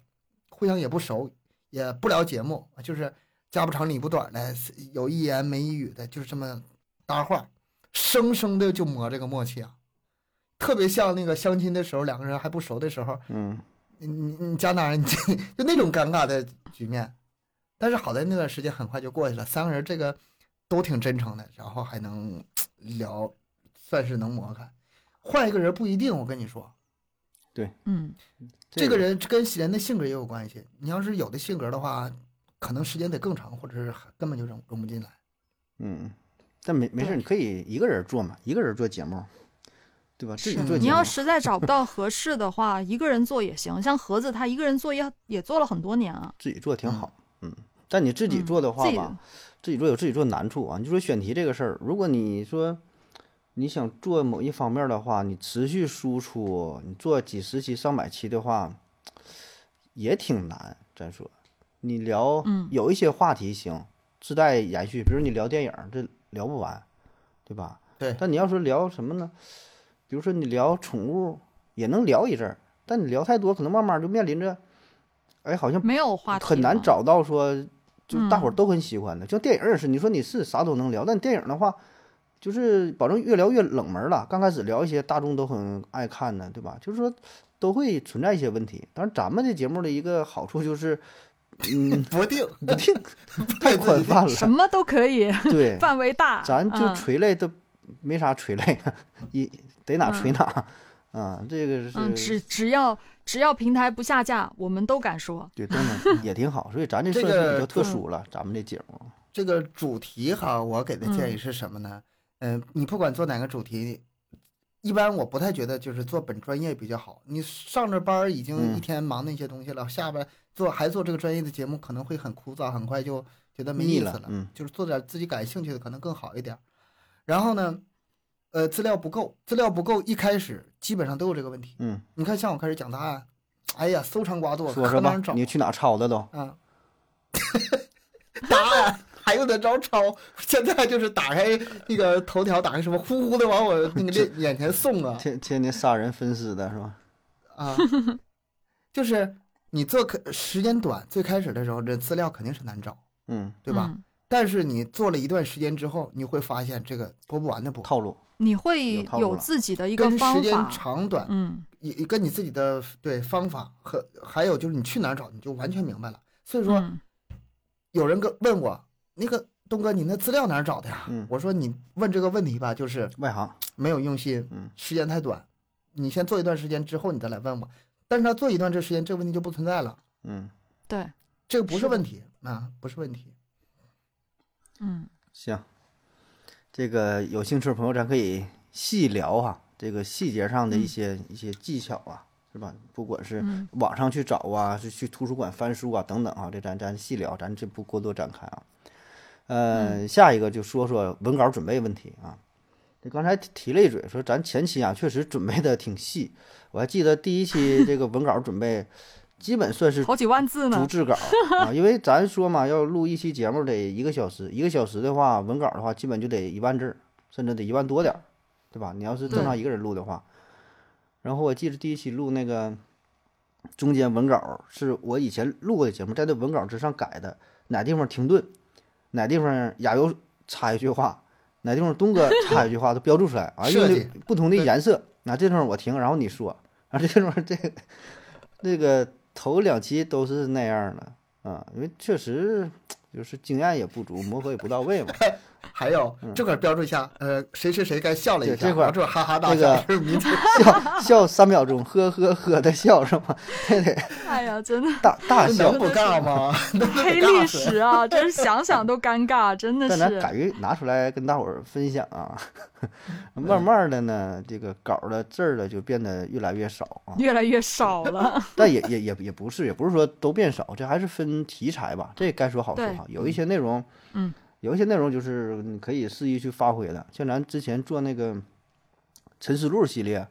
互相也不熟，也不聊节目，就是家不长理不短的，有一言没一语的，就是这么搭话，生生的就磨这个默契啊。特别像那个相亲的时候，两个人还不熟的时候，嗯，你你你家哪儿？你 [LAUGHS] 就那种尴尬的局面。但是好在那段时间很快就过去了，三个人这个都挺真诚的，然后还能聊，算是能磨开。换一个人不一定，我跟你说，嗯，这个人跟人的性格也有关系。你要是有的性格的话，可能时间得更长，或者是根本就融融不进来。嗯，但没没事，对你可以一个人做嘛，一个人做节目，对吧？自己是做节目，你要实在找不到合适的话，一个人做也行。像盒子他一个人做也也做了很多年啊，自己做挺好，嗯。但你自己嗯做的话自己吧，自己做有自己做难处啊。你就说选题这个事儿，如果你说你想做某一方面的话，你持续输出，你做几十期、上百期的话，也挺难。咱说，你聊、嗯有一些话题行，自带延续，比如你聊电影，这聊不完，对吧？对，但你要说聊什么呢？比如说你聊宠物，也能聊一阵儿，但你聊太多，可能慢慢就面临着，哎，好像没有话题嗯很难了找到说就是大伙儿都很喜欢的。就电影也是，你说你是啥都能聊，但电影的话，就是保证越聊越冷门了。刚开始聊一些大众都很爱看的，对吧？就是说都会存在一些问题。当然，咱们这节目的一个好处就是，嗯不定，不 [LAUGHS] 定太宽泛什了，么都可以，对，范围大，咱就嗯垂泪都没啥垂泪，一逮哪垂哪。啊、这个是、嗯，只只要只要平台不下架，我们都敢说。对，真的也挺好，所以咱这这算是比个较特殊了，咱们这节目，这个主题哈，我给的建议是什么呢？嗯、你不管做哪个主题，一般我不太觉得就是做本专业比较好。你上着班儿已经嗯一天忙那些东西了，下边做还做这个专业的节目，可能会很枯燥，很快就觉得没腻意思了嗯就是做点自己感兴趣的可能更好一点。然后呢，呃，资料不够，资料不够，一开始基本上都有这个问题。嗯，你看，像我开始讲答案，哎呀，搜肠刮肚，说可说吧能找，你去哪抄的都？ [LAUGHS] 啊，答案还用得着抄？现在就是打开那个头条，打开什么，呼呼的往我那个 [LAUGHS] 面眼前送啊天天天杀人分尸的是吧？ [LAUGHS] 啊！就是你做可时间短，最开始的时候这资料肯定是难找，嗯，对吧？嗯但是你做了一段时间之后，你会发现这个播不完的播，套路，你会有套路有了自己的一个跟时方间法，长短嗯也也跟你自己的对方法和还有就是你去哪儿找，你就完全明白了。所以说，嗯有人跟问我那个东哥，你那资料哪儿找的呀？嗯我说你问这个问题吧，就是外行，没有用心，嗯时间太短，你先做一段时间之后你再来问我。但是他做一段这时间，这个问题就不存在了，嗯，对，这个不是是的问题啊，不是问题。嗯行，这个有兴趣的朋友咱可以细聊哈、这个细节上的一些、一些技巧啊，是吧？不管是嗯网上去找啊，是去图书馆翻书啊等等啊，这咱咱细聊，咱这不过多展开啊。呃，下一个就说说文稿准备问题啊。这刚才提提了一嘴，说咱前期啊确实准备的挺细，我还记得第一期这个文稿准备，基本算是好几万字逐呢，字稿啊，因为咱说嘛，要录一期节目得一个小时，一个小时的话，文稿的话基本就得一万字儿，甚至得一万多点儿，对吧？你要是正常一个人录的话，然后我记得第一期录那个中间文稿是我以前录过的节目，在这文稿之上改的，哪地方停顿，哪地方亚优插一句话，哪地方东哥插一句话都标注出来 [LAUGHS] 啊，用设计的不同的颜色，那这地方我停，然后你说，然后这地方这 [LAUGHS] 个那个头两期都是那样的啊，因为确实就是经验也不足，磨合也不到位嘛。还有这块标注一下，呃，谁谁谁该笑了一嗯对下，这块儿王柱哈哈大这个笑，是民族笑笑三秒钟，呵呵呵的笑是吗？这得哎呀，真的 [LAUGHS] 大大这笑能，不尬 [LAUGHS] 吗？能不黑尬历死史啊，真是想想都尴尬，[LAUGHS] 真的但咱是。敢于拿出来跟大伙儿分享啊。慢慢的呢，这个稿儿的字儿的就变得越来越少 [LAUGHS] 啊，越来越少 [LAUGHS] 了，但也也也也不是，也不是说都变少，这还是分题材吧。这该说好说对好，有一些内容，嗯，有一些内容就是你可以肆意去发挥的，像咱之前做那个《沉思录》系列，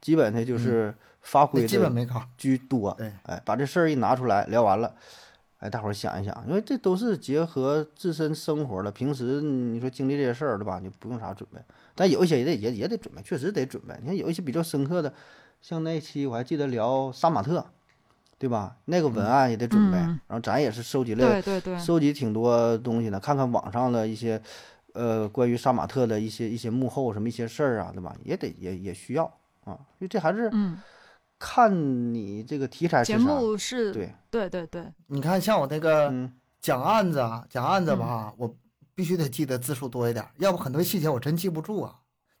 基本它就是发挥那基本的没考。居多。对哎，把这事儿一拿出来聊完了，哎，大伙儿想一想，因为这都是结合自身生活的，平时你说经历这些事儿，对吧？你不用啥准备，但有一些也得也也得准备，确实得准备。你看有一些比较深刻的，像那期我还记得聊杀马特，对吧？那个文案也得准备，嗯然后咱也是收集了对对对，收集挺多东西的，看看网上的一些，呃，关于杀马特的一些一些幕后什么一些事儿啊，对吧？也得也也需要啊，因为这还是嗯，看你这个题材是节啥。目是，对，对对对，你看，像我那个嗯讲案子啊，讲案子吧，我必须得记得字数多一点，要不很多细节我真记不住啊。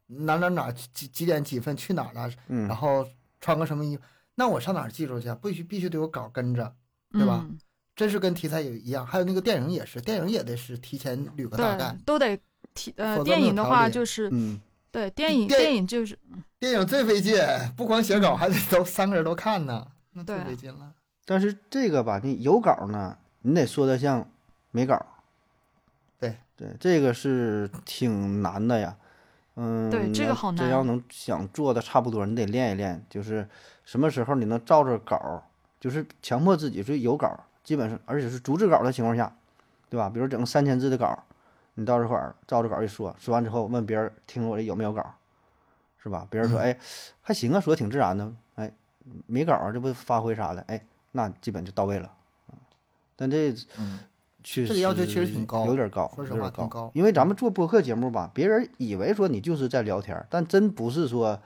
哪哪哪几几点几分去哪儿了，嗯然，后穿个什么衣服，那我上哪儿记住去啊？必须必须得有稿跟着，对吧嗯？真是跟题材有一样。还有那个电影也是，电影也得是提前捋个大概对，。都得提呃，否则电没有影的条话理就是嗯，对电影，电电影就是电影最费劲，不光写稿，还得都三个人都看呢，那对最啊费劲了。但是这个吧，你有稿呢，你得说的像没稿。对对，这个是挺难的呀。嗯，对这个那好这难要能想做的差不多，你得练一练，就是什么时候你能照着稿儿，就是强迫自己是有稿儿，基本上而且是逐字稿儿的情况下，对吧？比如整个三千字的稿儿，你到这块儿照着稿儿一说，说完之后问别人听我这有没有稿儿，是吧？别人说、哎还行啊，说的挺自然的，哎没稿儿啊这不发挥啥的，哎那基本就到位了。但这嗯，确实这个要求确实挺高有点高，说实有点话挺高高。因为咱们做播客节目吧，别人以为说你就是在聊天儿，但真不是说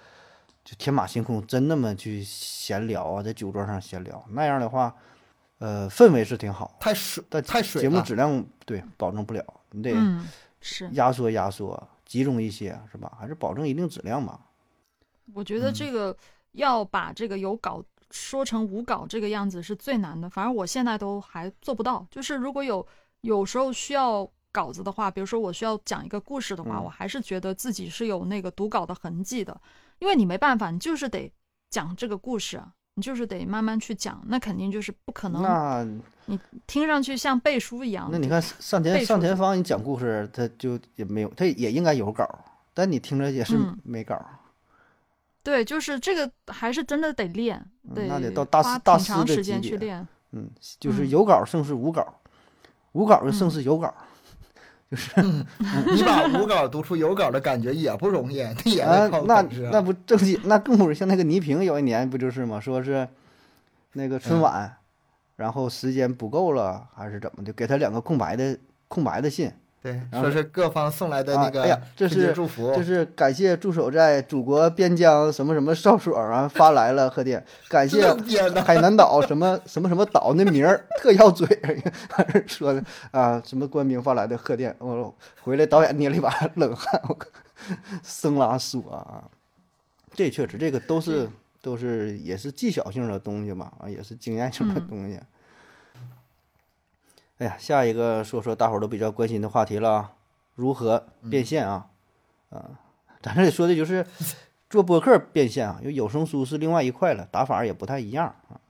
就天马行空，真那么去闲聊啊，在酒桌上闲聊那样的话，呃，氛围是挺好，太水但太水啊节目了。质量对保证不了，你得嗯是，压缩压缩，集中一些是吧？还是保证一定质量吧。我觉得嗯这个要把这个有稿说成无稿这个样子是最难的，反正我现在都还做不到。就是如果有有时候需要稿子的话，比如说我需要讲一个故事的话，嗯我还是觉得自己是有那个读稿的痕迹的，因为你没办法，你就是得讲这个故事啊。你就是得慢慢去讲，那肯定就是不可能那听上去像背书一样。那你看上背田书上田芳，你讲故事他就也没有，他也应该有稿儿，但你听着也是嗯没稿儿。对，就是这个还是真的得练，嗯那得到得大花师大挺师长的时级间别去练。嗯，就是嗯有稿胜似无稿，无稿就胜嗯似有稿。 [LAUGHS] 你把无稿读出有稿的感觉也不容易， [LAUGHS] 那也啊得，靠那本事啊那不正经，那更不是像那个倪萍有一年不就是吗？说是那个春嗯晚，然后时间不够了还是怎么的，给他两个空白的空白的信，对，然后说是各方送来的啊那哎呀个这春节是祝福，就是感谢驻守在祖国边疆什么什么哨所啊发来了贺电，感谢这编的，海南岛什么什么什么岛那名儿特要嘴， [LAUGHS] 说的啊什么官兵发来的贺电，我说回来导演捏了一把冷汗，我靠生拉索啊，这确实这个都是都是也是技巧性的东西嘛，啊也是经验性的东西。哎呀，下一个说说大伙儿都比较关心的话题了啊，如何变现啊？啊，咱这里说的就是做播客变现啊，因为有声书是另外一块了，打法也不太一样啊。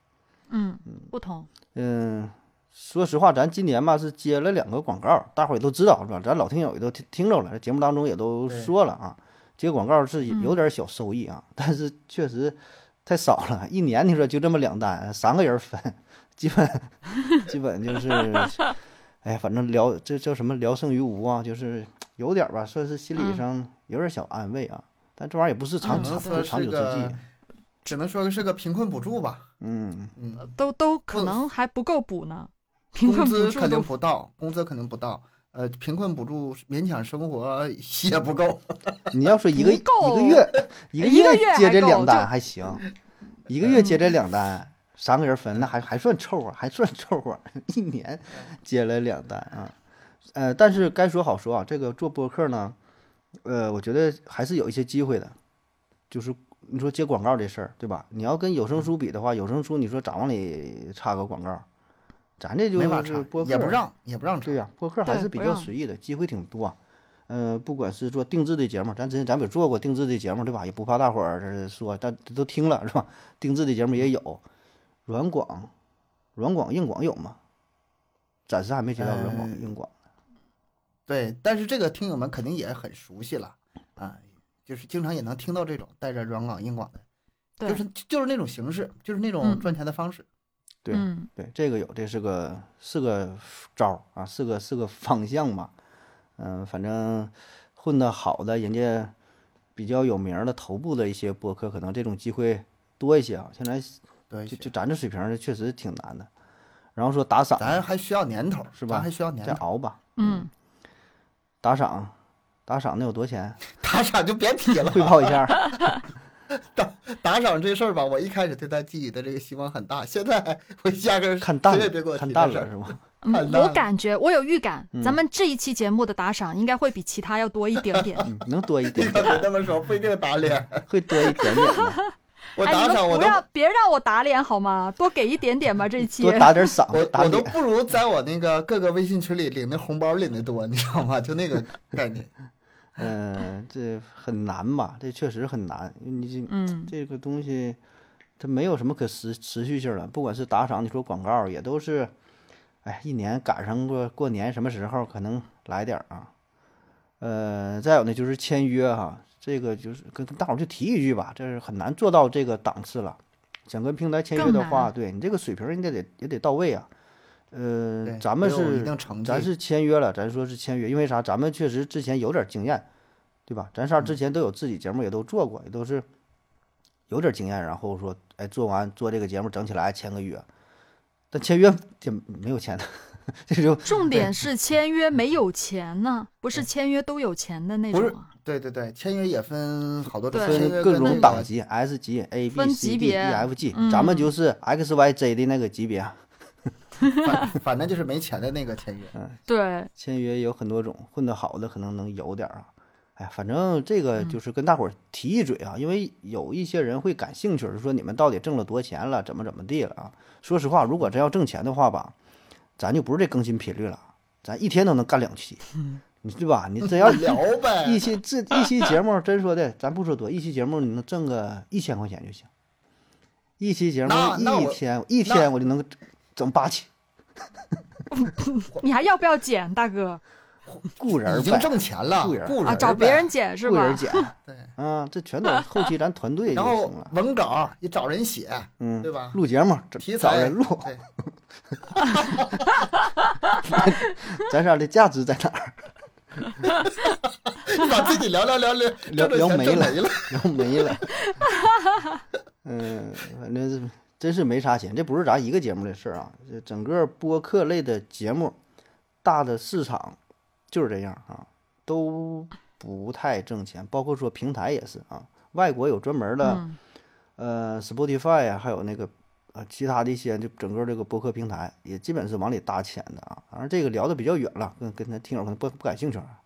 嗯，不同。嗯，说实话，咱今年吧是接了两个广告，大伙儿也都知道是吧？咱老听友也都听听着了，节目当中也都对说了啊，接广告是嗯有点小收益啊，但是确实太少了，一年你说就这么两单，三个人分，基本基本就是，哎呀，反正聊这叫什么聊胜于无啊，就是有点儿吧，算是心理嗯上有点小安慰啊。但这玩意儿也不是长嗯长说长是久之计啊个，只能说是个贫困补助吧。嗯，嗯，都都可嗯能还不够补呢， [LAUGHS] 贫工困补资助肯都定不到，工资肯定不到。呃，贫困补助勉强生活也不够，你要说一个一不够个月一个一个月接这还够两单就还行，一个月接这两单三个人分，那还还算凑合，还算凑合。一年接了两单啊，呃，但是该说好说啊，这个做播客呢，呃，我觉得还是有一些机会的，就是你说接广告这事儿，对吧？你要跟有嗯声书比的话，有声书你说咋往里插个广告？咱 [LAUGHS] 这就没法是查播，客也不让，也不让查对。呀、播客还对是比不较让随意的，机会挺多、啊。嗯、不管是做定制的节目，咱之前咱们也做过定制的节目，对吧？也不怕大伙儿这说，但都听了是吧？定制的节目也有，软广、软广、硬广有吗？暂时还没接到软广、嗯硬广。对，但是这个听友们肯定也很熟悉了啊，就是经常也能听到这种带着软广硬广的，对，就是就是那种形式，就是那种嗯赚钱的方式。对嗯，对，这个有，这是个是个招儿啊，是个是个方向吧。嗯、反正混得好的，人家比较有名儿的头部的一些播客，可能这种机会多一些啊。现在对，就就咱这水平儿确实挺难的。然后说打赏，咱还需要年头，啊是吧咱还需要年再头，熬吧，嗯，打赏，打赏能有多钱？ [LAUGHS] 打赏就别提了。 [LAUGHS] 汇报一下儿，打赏这事儿吧，我一开始对他寄予的这个希望很大，现在我压根儿看淡谁也别给了，我看提淡这事了儿是吧？嗯好的我感觉我有预感，咱们这一期节目的打赏应该会比其他要多一点点。嗯，能多一你 [LAUGHS] 点可点，别这么说，不一定打 [LAUGHS] 脸。会多一点点的，我哎，打你赏们我不都要别让我打脸好吗？多给一点点吧，这一期多。打点赏我，打我都脸。不如在我那个各个微信群里领的红包领的多，你知 [LAUGHS] 道吗？就那个概念。嗯、这很难吧？这确实很难，你这嗯，这个东西，它没有什么可持持续性了。不管是打赏，你说广告，也都是，哎，一年赶上过过年什么时候可能来点儿啊。呃，再有呢就是签约哈、这个就是跟跟大伙儿就提一句吧，这是很难做到这个档次了。想跟平台签约更的难话，对你这个水平儿你得得也得到位啊。呃对，咱们得有是一定成咱绩，是签约了，咱说是签约，因为啥？咱们确实之前有点经验，对吧？咱仨之前都有自己节目，也都做过，也都是有点经验。然后说，哎，做完做这个节目整起来签个约，但签约也没有签的，这就重点是签约没有钱呢，不是签约都有钱的那不种是啊。对对对，签约也分好多种，对签分约跟各那种个档级，S 级、A、分 B、C、级 D、E、别 F、G，嗯咱们就是 X、Y、Z 的那个级别啊。反 [LAUGHS] 反正就是没钱的那个签约。对，签约也有很多种，混得好的可能能有点儿啊。哎，反正这个就是跟大伙儿提一嘴啊，因为有一些人会感兴趣，就说你们到底挣了多钱了，怎么怎么地了啊？说实话，如果真要挣钱的话吧，咱就不是这更新频率了，咱一天都能干两期，你对吧？ [LAUGHS] 你真要聊呗，一期这一期节目，真说的，咱不说多，一期节目你能挣个一千块钱就行，一期节目那那一我天一那天我就能整八期，你还要不要剪，大哥雇人儿已经呗，挣钱了，雇雇人人啊？找别呗人剪是雇人吧儿？ [LAUGHS] 剪。对，啊，这全都后期咱团队就 [LAUGHS] 然行后了。文稿也找人写，嗯，对吧？ [LAUGHS] 录节目找题找材人录，对， [LAUGHS] 咱仨的价值在哪儿？你把自己聊聊聊聊 [LAUGHS] 聊挣聊着钱没挣了没了，然后没了。嗯，反正是真是没啥钱，这不是咱一个节目的事儿啊，这整个播客类的节目，大的市场就是这样啊，都不太挣钱，包括说平台也是啊，外国有专门的、嗯呃，Spotify 啊，还有那个呃其他的一些，就整个这个播客平台也基本是往里搭钱的啊。当然这个聊的比较远了，跟跟咱听友可能不不感兴趣啊。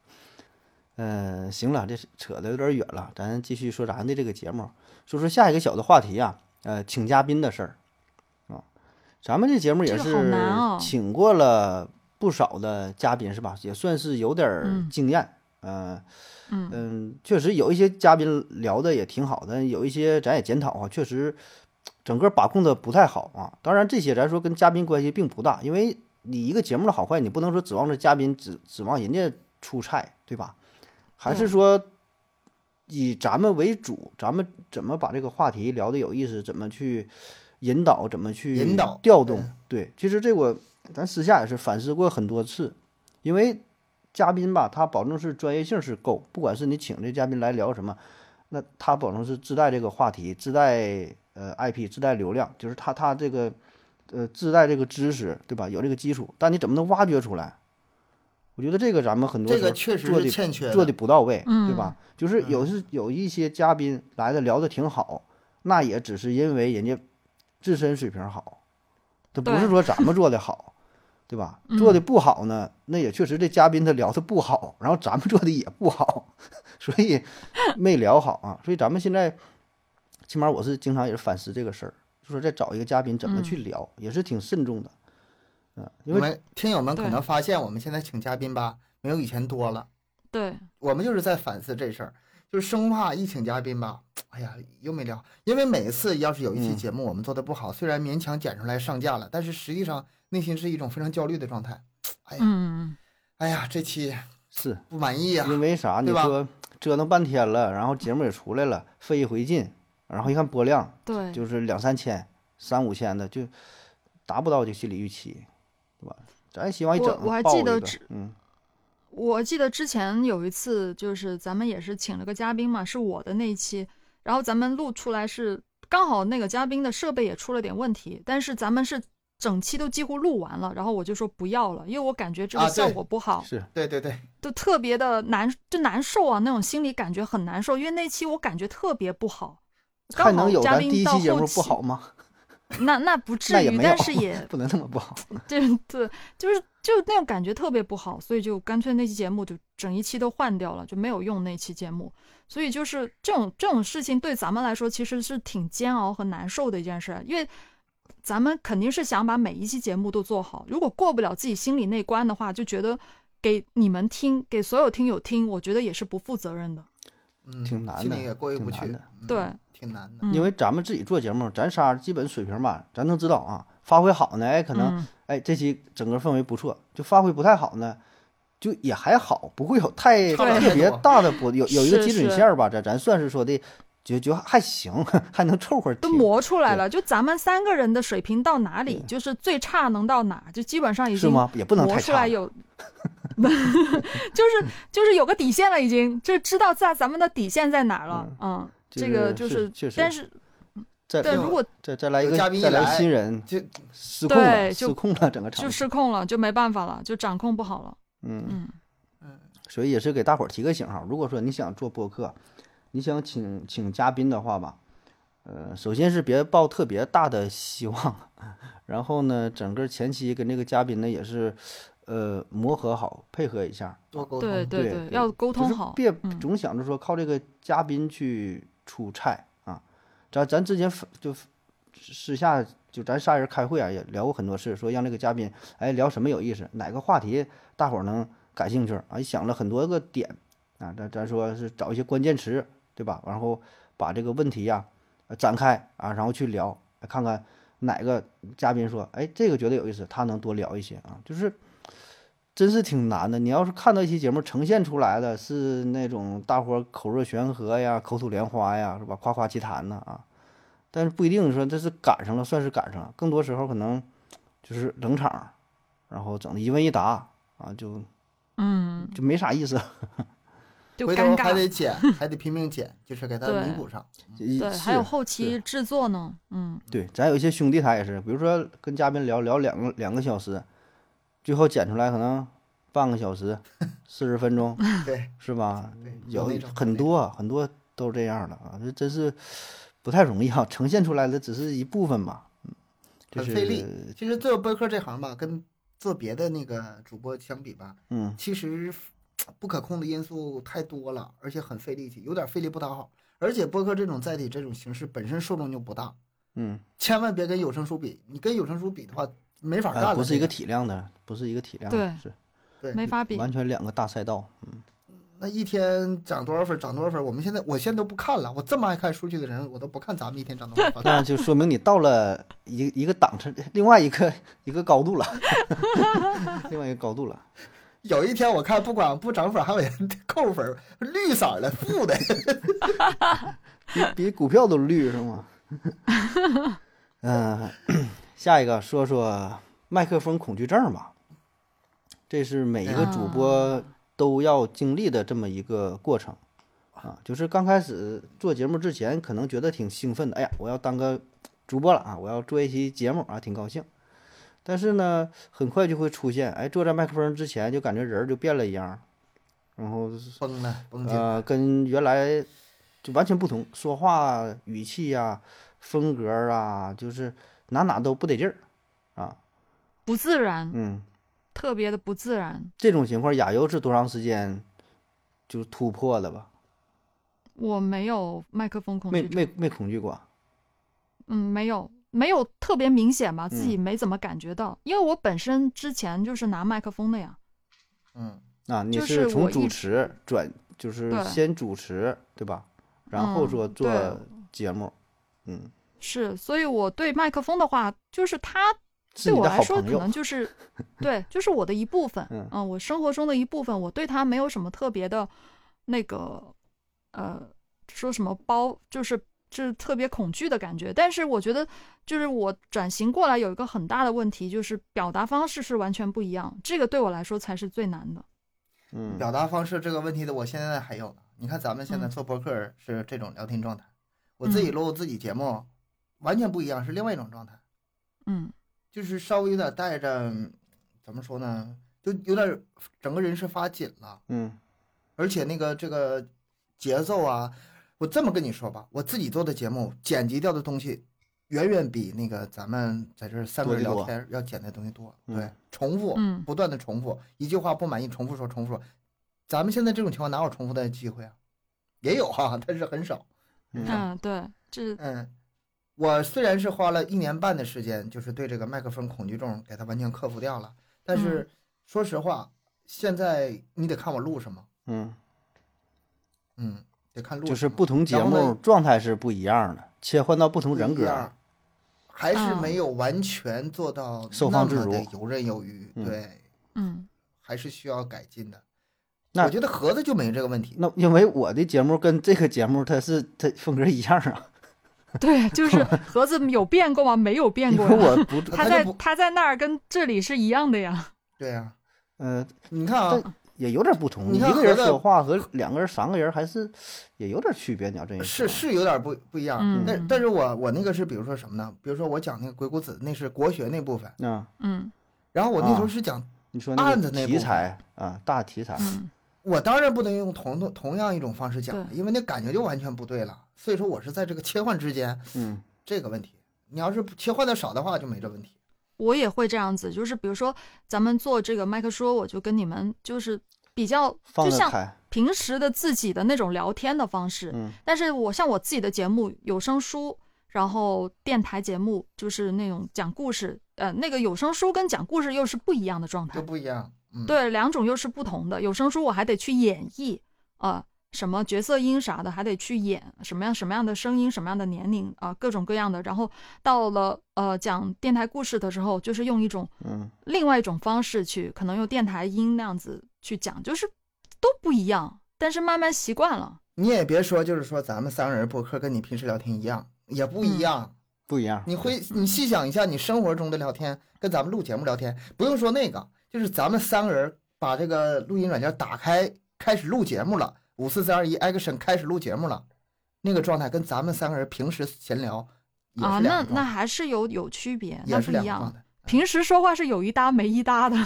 嗯、行了，这是扯的有点远了，咱继续说咱的这个节目，说说下一个小的话题啊，呃，请嘉宾的事儿啊。咱们这节目也这个好是难哦请过了不少的嘉宾是吧？也算是有点儿嗯经验，呃，嗯，嗯，确实有一些嘉宾聊的也挺好，但有一些咱也检讨啊，确实整个把控的不太好啊。当然，这些咱说跟嘉宾关系并不大，因为你一个节目的好坏，你不能说指望着嘉宾指指望人家出菜，对吧？还是说以咱们为主，咱们怎么把这个话题聊得有意思，怎么去引导，怎么去引导调动嗯？对，其实这我咱私下也是反思过很多次，因为嘉宾吧，他保证是专业性是够，不管是你请这嘉宾来聊什么，那他保证是自带这个话题，自带呃 IP，自带流量，就是他他这个呃自带这个知识，对吧？有这个基础，但你怎么能挖掘出来？我觉得这个咱们很多这时候个确实做是的欠缺做的不到位，嗯对吧？就是有是有一些嘉宾来的聊的挺好，那也只是因为人家自身水平好，这不对是说咱们做的好， [LAUGHS] 对吧？嗯做的不好呢，那也确实这嘉宾他聊的不好，然后咱们做的也不好， [LAUGHS] 所以没聊好啊。所以咱们现在，起码我是经常也是反思这个事儿，就说再找一个嘉宾怎嗯么去聊，也是挺慎重的。嗯，因我为们听友们可对能发现，我们现在请嘉宾吧，没有以前多了。对，哎我们就是在反思这事儿，就是生怕一请嘉宾吧，哎呀，又没聊。因为每次要是有一嗯期节目我们做的不好，虽然勉强剪出来上架了，但是实际上内心是一种非常焦虑的状态。哎呀，嗯，哎呀，这期是不满意啊呀、因为啥？你对吧说折腾半天了，然后节目也出来了，费一回劲，然后一看播量，对，就是两三千、三五千的，就达不到这心理预期，对吧？咱也希望一我整我还爆记一得个只嗯我记得之前有一次，就是咱们也是请了个嘉宾嘛，是我的那一期，然后咱们录出来是刚好那个嘉宾的设备也出了点问题，但是咱们是整期都几乎录完了，然后我就说不要了，因为我感觉这啊个对效果不好，是对对对，就特别的难，就难受啊，那种心理感觉很难受，因为那期我感觉特别不好。还刚好能有嘉咱宾第一到期节后目期不好吗？那那不至那也于，没有但是也不能那么不好。对对，就是就那种感觉特别不好，所以就干脆那期节目就整一期都换掉了，就没有用那期节目。所以就是这种这种事情对咱们来说其实是挺煎熬和难受的一件事，因为咱们肯定是想把每一期节目都做好，如果过不了自己心里那关的话，就觉得给你们听，给所有听友听，我觉得也是不负责任的。嗯，挺难的心里也过意不去挺难的，嗯对，挺难的。嗯因为咱们自己做节目，咱仨基本水平吧，咱能知道啊。发挥好呢，哎，可能、嗯哎这期整个氛围不错；就发挥不太好呢，就也还好，不会有太差不了特太别多大的波。 [LAUGHS] 有有一个是基准是线儿吧，咱咱算是说的，就就还行， [LAUGHS] 还能凑合都听。磨出来对了，就咱们三个人的水平到哪里，对就是最差能到哪，就基本上已是经吗？也不能磨太出差来。有， [LAUGHS] 就是就是有个底线了，已经就知道在咱们的底线在哪儿了。嗯，就这个是就是确实但是再对，有如果再再来一有个，嘉宾再一来个来新人，就失控了，对就失控了，整个场就景。失控了，就没办法了，就掌控不好了。嗯，嗯，所以也是给大伙儿提个醒哈。如果说你想做播客，你想请请嘉宾的话吧，呃，首先是别抱特别大的希望， [LAUGHS] 然后呢，整个前期跟这个嘉宾呢也是，呃，磨合好，配合一下，多沟通。对对对，对要沟就通是好。别嗯总想着说靠这个嘉宾去出差啊。咱咱之前分就私下就咱仨人开会啊，也聊过很多事，说让这个嘉宾哎聊什么有意思，哪个话题大伙儿能感兴趣啊？想了很多个点啊，咱咱说是找一些关键词，对吧？然后把这个问题呀、呃展开啊，然后去聊，看看哪个嘉宾说哎这个觉得有意思，他能多聊一些啊，就是。真是挺难的。你要是看到一期节目呈现出来的是那种大伙儿口若悬河呀、口吐莲花呀，是吧？夸夸其谈呢啊，但是不一定说这是赶上了，算是赶上了。更多时候可能就是冷场，然后整的一问一答啊，就嗯，就没啥意思。就回尴头还得尬。剪，还得拼命剪，就是给它对弥补上。对，是还有后期制作呢。嗯，对，咱有一些兄弟他也是，比如说跟嘉宾聊聊两个两个小时，最后剪出来可能半个小时、四十分钟，对是吧？ [LAUGHS] 对，有那种很。多很多都这样的啊，这真是不太容易啊，呈现出来的只是一部分吧，嗯，这很费力是其实做播客这行吧，跟做别的那个主播相比吧，嗯，其实不可控的因素太多了，而且很费力气，有点费力不讨好。而且播客这种载体、这种形式本身受众就不大，嗯，千万别跟有声书比。你跟有声书比的话，没法干了、哎，不是一个这体量的，不是一个体量对的，是对没法比。完全两个大赛道，那一天涨多少分，涨多少分。我们现在，我现在都不看了。我这么爱看数据的人，我都不看咱们一天涨多少分。那就说明你到了一一个档次，另外一个一个高度了， [LAUGHS] 另外一个高度了，有一天我看，不管不涨粉，还有人扣分，绿色儿的、负 [LAUGHS] 的。比 [LAUGHS] 比股票都绿是吗？ [LAUGHS] 嗯、下一个说说麦克风恐惧症吧，这是每一个主播都要经历的这么一个过程啊。就是刚开始做节目之前，可能觉得挺兴奋的，哎呀，我要当个主播了啊，我要做一期节目啊，挺高兴。但是呢，很快就会出现，哎，坐在麦克风之前就感觉人儿就变了一样儿，然后崩了，崩进。呃，跟原来就完全不同，说话语气呀、风格啊，就是哪哪都不得劲儿啊。不自然，嗯，特别的不自然。这种情况，亚优是多长时间就突破了吧？我没有麦克风恐没惧症，没没恐惧过。嗯，没有，没有特别明显吧，自己没怎么感觉到，因为我本身之前就是拿麦克风的呀。嗯，啊，你就是是从我主一持转，就是对先主持对吧？然后嗯说对做节目，嗯，是，所以我对麦克风的话，就是它是对你我的来好说朋可友能，就是， [LAUGHS] 对，就是我的一部分，嗯我生活中的一部分，我对它没有什么特别的，那个，呃，说什么包，就是就是特别恐惧的感觉。但是我觉得，就是我转型过来有一个很大的问题，就是表达方式是完全不一样，这个对我来说才是最难的。嗯，表达方式这个问题的，我现在还有呢。你看咱们现在嗯做博客是这种聊天状态，我自己录自己节目完全不一样，是另外一种状态，嗯就是稍微有点带着嗯怎么说呢，就有点整个人是发紧了。嗯而且那个这个节奏啊，我这么跟你说吧，我自己做的节目剪辑掉的东西，远远比那个咱们在这儿三个人多聊得多天要剪的东西多。嗯对，重复，嗯不断的重复，一句话不满意，重复说，重复说。咱们现在这种情况哪有重复的机会啊？也有哈、 [LAUGHS] 但是很少。嗯嗯，对，这嗯，我虽然是花了一年半的时间，就是对这个麦克风恐惧症给它完全克服掉了，但是说实话，现在你得看我录什么，嗯，嗯，得看录就是什么不同节然后呢目状态是不一样的，切换到不同不人一格样儿，还是嗯没有完全做到收那放自么如的游刃有余，嗯对，嗯还是需要改进的。那嗯我觉得盒子就没这个问题，那因为我的节目跟这个节目它是它风格一样啊，对，就是 [LAUGHS] 盒子有变过吗？没有变因过为呀。 [LAUGHS] 我不他他就在不他在那儿跟这里是一样的呀。对呀、呃你看啊，也有点不同，你一看个人合着说话和两个人、三个人还是也有点区别。你要这样是是有点不不一样，嗯但但是我我那个是比如说什么呢？比如说我讲那个鬼谷子，那是国学那部分，啊，嗯然后我那时啊候是讲，你说那案子个那题部分材啊，大题材，嗯我当然不能用同同同样一种方式讲了，对因为那感觉就完全不对了。所以说我是在这个切换之间嗯这个问题，你要是切换的少的话就没这问题。我也会这样子，就是比如说咱们做这个麦克说，我就跟你们就是比较，放就得像开，平时的自己的那种聊天的方式。嗯但是我像我自己的节目，有声书，然后电台节目，就是那种讲故事，呃，那个有声书跟讲故事又是不一样的状态就。不一样。嗯，，对，两种又是不同的。有声书我还得去演绎啊、呃什么角色音啥的，还得去演什么样什么样的声音，什么样的年龄啊、各种各样的。然后到了呃讲电台故事的时候，就是用一种嗯另外一种方式去，可能用电台音那样子去讲，就是都不一样。但是慢慢习惯了，你也别说，就是说咱们三个人播客跟你平时聊天一样，也不嗯一样。不一样。你会你细想一下，你生活中的聊天跟咱们录节目聊天，不用说那个，就是咱们三个人把这个录音软件打开，开始录节目了，五四三二一 action 开始录节目了，那个状态跟咱们三个人平时闲聊也啊，是两那个那状态，还是有有区别，那也是不两一个状样。态。平时说话是有一搭没一搭的，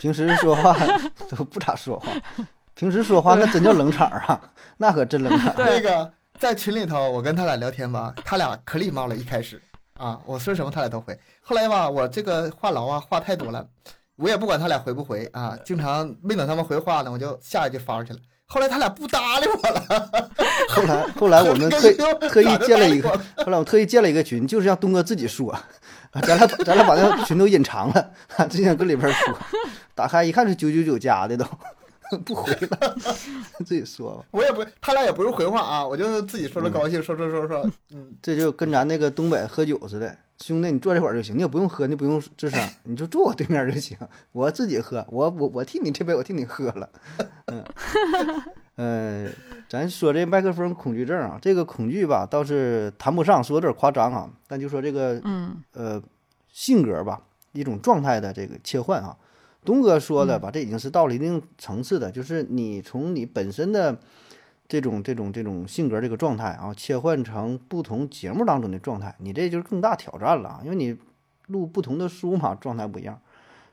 平时说话 [LAUGHS] 都不咋说话，平时说话那真叫冷场啊，那可真冷场。那个在群里头，我跟他俩聊天吧，他俩可礼貌了，一开始啊，我说什么他俩都回。后来吧，我这个话痨啊，话太多了，我也不管他俩回不回啊，经常没等他们回话呢，我就下一句发出去了。后来他俩不搭理我了，后来后来哎我们特意特意建了一个， [LAUGHS] 后来我特意建了一个群，就是让东哥自己说， [LAUGHS] 啊咱俩咱俩把那群都隐藏了， [LAUGHS] 就想搁里边说， [LAUGHS] 打开一看是九九九加的都， [LAUGHS] 不回了， [LAUGHS] 自己说吧。我也不，他俩也不用回话啊，我就自己嗯说着高兴，说说说说，嗯，这就跟咱那个东北喝酒似的，兄弟，你坐这会儿就行，你也不用喝，你不用吱声，你就坐我对面就行，我自己喝，我我我替你这杯，我替你喝了。 [LAUGHS] 嗯，呃，咱说这麦克风恐惧症啊，这个恐惧吧倒是谈不上，说有点夸张啊，但就说这个嗯呃性格吧，一种状态的这个切换啊。东哥说的吧，这已经是到了一定层次的，就是你从你本身的这种这种这种性格这个状态啊，切换成不同节目当中的状态，你这就是更大挑战了啊，因为你录不同的书嘛，状态不一样。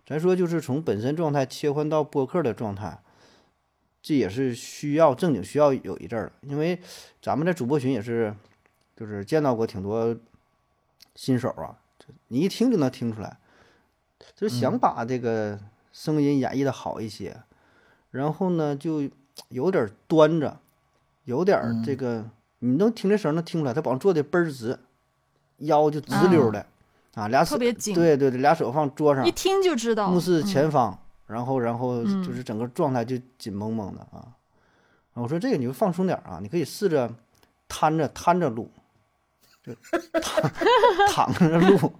咱说就是从本身状态切换到播客的状态，这也是需要正经需要有一阵儿了，因为咱们在主播群也是，就是见到过挺多新手啊，你一听就能听出来，就是想把这个声音演绎的好一些，然后呢就有点儿端着，有点儿这个，你能听这声儿能听出来，他保证坐的倍儿直，腰就直溜的，啊，俩手特别紧，对对对，俩手放桌上一，听就知道。目视前嗯方，然后然后嗯就是整个状态就紧绷绷的啊。然后我说这个你就放松点儿啊，你可以试着摊着摊着录，就躺躺着录，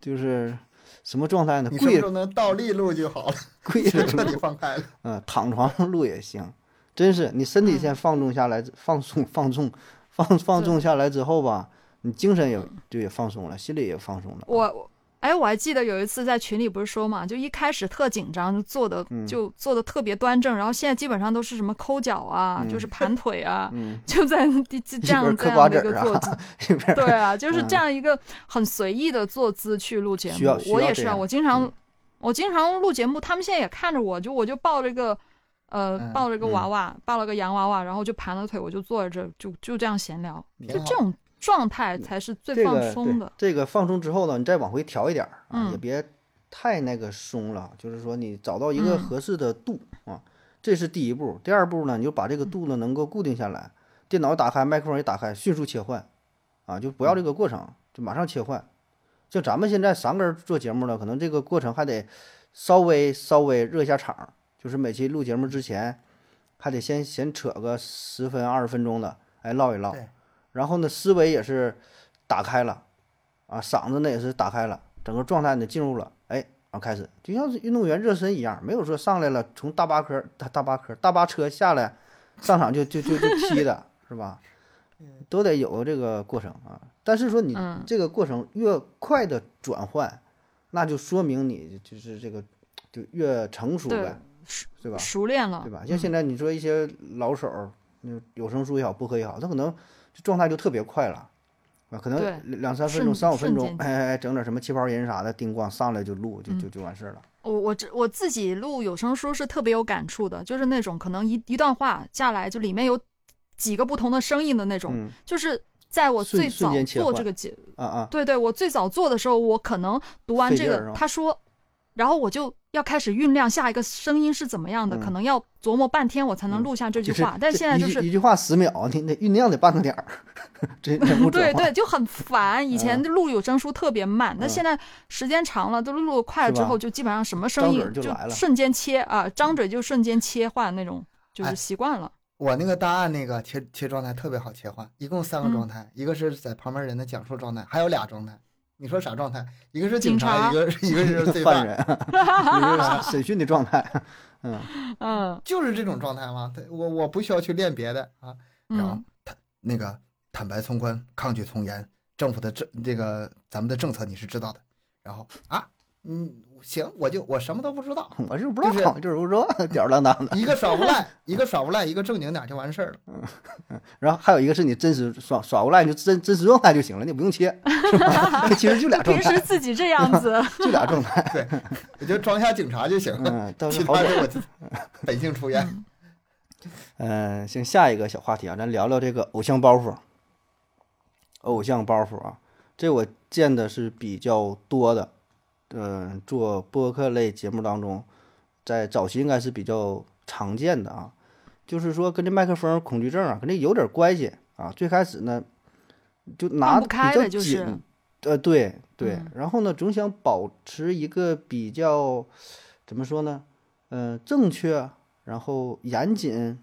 就是什么状态呢？你是不跪是能倒立录就好了？跪着就彻底录，[LAUGHS] 放开了。嗯，躺床上录也行。真是你嗯身体先放纵下来，放松放纵放放纵下来之后吧，你精神也就也放松了，心里也放松了。嗯我，哎，我还记得有一次在群里不是说嘛，就一开始特紧张，就坐的嗯就坐的特别端正，然后现在基本上都是什么抠脚啊，就是盘腿啊，嗯， [LAUGHS] 就在这一这边样嗑这瓜样子的一儿个坐姿啊，一边对啊，就是嗯这样一个很随意的坐姿去录节需要目。需我要也这是啊，样我经常、嗯我经常录节目，他们现在也看着我，就我就抱着一个呃嗯抱着一个娃嗯娃，抱了个洋娃娃，然后就盘了腿，我就坐在这儿，就就这样闲聊，就挺好这种状态才是最哦嗯这放个松对的。这个放松之后呢，你再往回调一点儿啊，嗯也别太那个松了，就是说你找到一个嗯合适的度、啊，这是第一步。第二步呢，你就把这嗯个度呢能够固定下来，电脑一打开，麦克风一打开，迅速切换啊，就嗯不要这个过程，就马上切换。就咱们现在三个人做节目呢，可能这个过程还得稍微稍微热一下场，就是每期录节目之前，还得先先扯个十分二十分钟的，哎，唠一唠对。然后呢，思维也是打开了，啊，嗓子呢也是打开了，整个状态呢进入了，哎，然后开始就像是运动员热身一样，没有说上来了从大巴车大大巴车大巴车下来，上场就就就就踢的是吧？都得有这个过程啊。但是说你嗯这个过程越快的转换，那就说明你就是这个就越成熟对呗，对吧？熟练了，对吧？像嗯现在你说一些老手儿，嗯，有声书也好，播客也好，他可能就状态就特别快了，啊，可能对两两三分瞬钟、三五分瞬钟间，就嗯哎哎哎，整点什么气泡音啥的，叮咣上来就录，就就就完事儿了。我我这我自己录有声书是特别有感触的，就是那种可能一一段话下来，就里面有几个不同的声音的那种，嗯就是在我瞬最瞬早间切做换这个节，啊啊，对对，我最早做的时候，我可能读完费这劲儿个啊，他说，然后我就要开始酝酿下一个声音是怎么样的，嗯可能要琢磨半天我才能嗯录下这句就是话，但这现在一就句是一句话十秒，你得酝酿得半个点儿， [LAUGHS] 这人 [LAUGHS] 物转对换对，就很烦。以前录有声书特别慢，但嗯现在时间长了，都录得快了是之吧后，就基本上什么声张音嘴就来了瞬间切啊，张嘴就瞬间切换那种，就哎是习惯了。我那个档案那个切切状态特别好切换，一共三个嗯状态，一个是在旁边人的讲述状态，还有俩状态。你说啥状态？一个是警察一个一 [LAUGHS] 个是罪犯犯，人，你 [LAUGHS] 是审讯的状态， [LAUGHS] 嗯就是这种状态吗？对我我不需要去练别的啊。然后嗯，坦那个坦白从宽，抗拒从严，政府的政这个咱们的政策你是知道的。然后啊，嗯，行，我就我什么都不知道，我就是不知道，就是不知道，吊儿郎当的。一个耍无赖，一个耍无赖，一个正经点儿就完事儿了。然后还有一个是你真实耍耍过来，你就真真实状态就行了，你不用 [LAUGHS] 切， [LAUGHS] 是吧？其实就俩状平时态，自己这样 [LAUGHS] 子，就俩状态，对，我就装一下警察就行了，嗯，倒是其好他点的我自本性 [LAUGHS] 出演。嗯，行，下一个小话题啊，咱聊聊这个偶像包袱。偶像包袱啊，这我见的是比较多的。嗯、做播客类节目当中，在早期应该是比较常见的啊。就是说，跟这麦克风恐惧症啊，跟这有点关系啊。最开始呢，就拿放比不开较了就是紧，呃，对对。嗯然后呢，总想保持一个比较怎么说呢？嗯、正确，然后严谨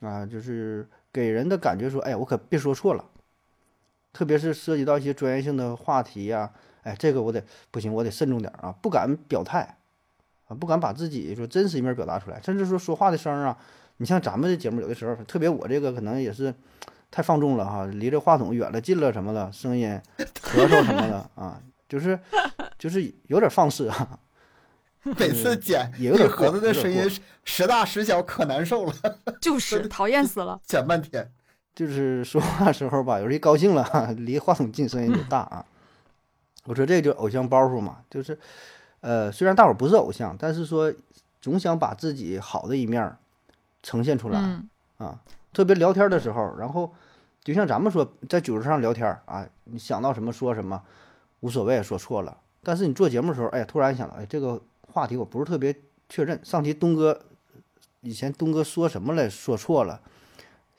啊，就是给人的感觉说，哎，我可别说错了。特别是涉及到一些专业性的话题呀、哎，这个我得不行，我得慎重点儿啊，不敢表态啊，不敢把自己说真实一面表达出来，甚至说说话的声儿啊，你像咱们这节目有的时候，特别我这个可能也是太放纵了哈，离这话筒远了近了什么的，声音咳嗽什么的啊，就是就是有点放肆啊，每次捡也那有点个过盒子的声有点音时时大时小，可难受了， [LAUGHS] 就是讨厌死了。捡半天。就是说话时候吧，有时候一高兴了哈，离话筒近声音就大啊。我说这就偶像包袱嘛，就是呃，虽然大伙儿不是偶像，但是说总想把自己好的一面儿呈现出来、嗯，啊。特别聊天的时候，然后就像咱们说，在酒桌上聊天儿啊，你想到什么说什么，无所谓，说错了。但是你做节目的时候，哎，突然想到，哎，这个话题我不是特别确认。上期东哥以前东哥说什么来说错了，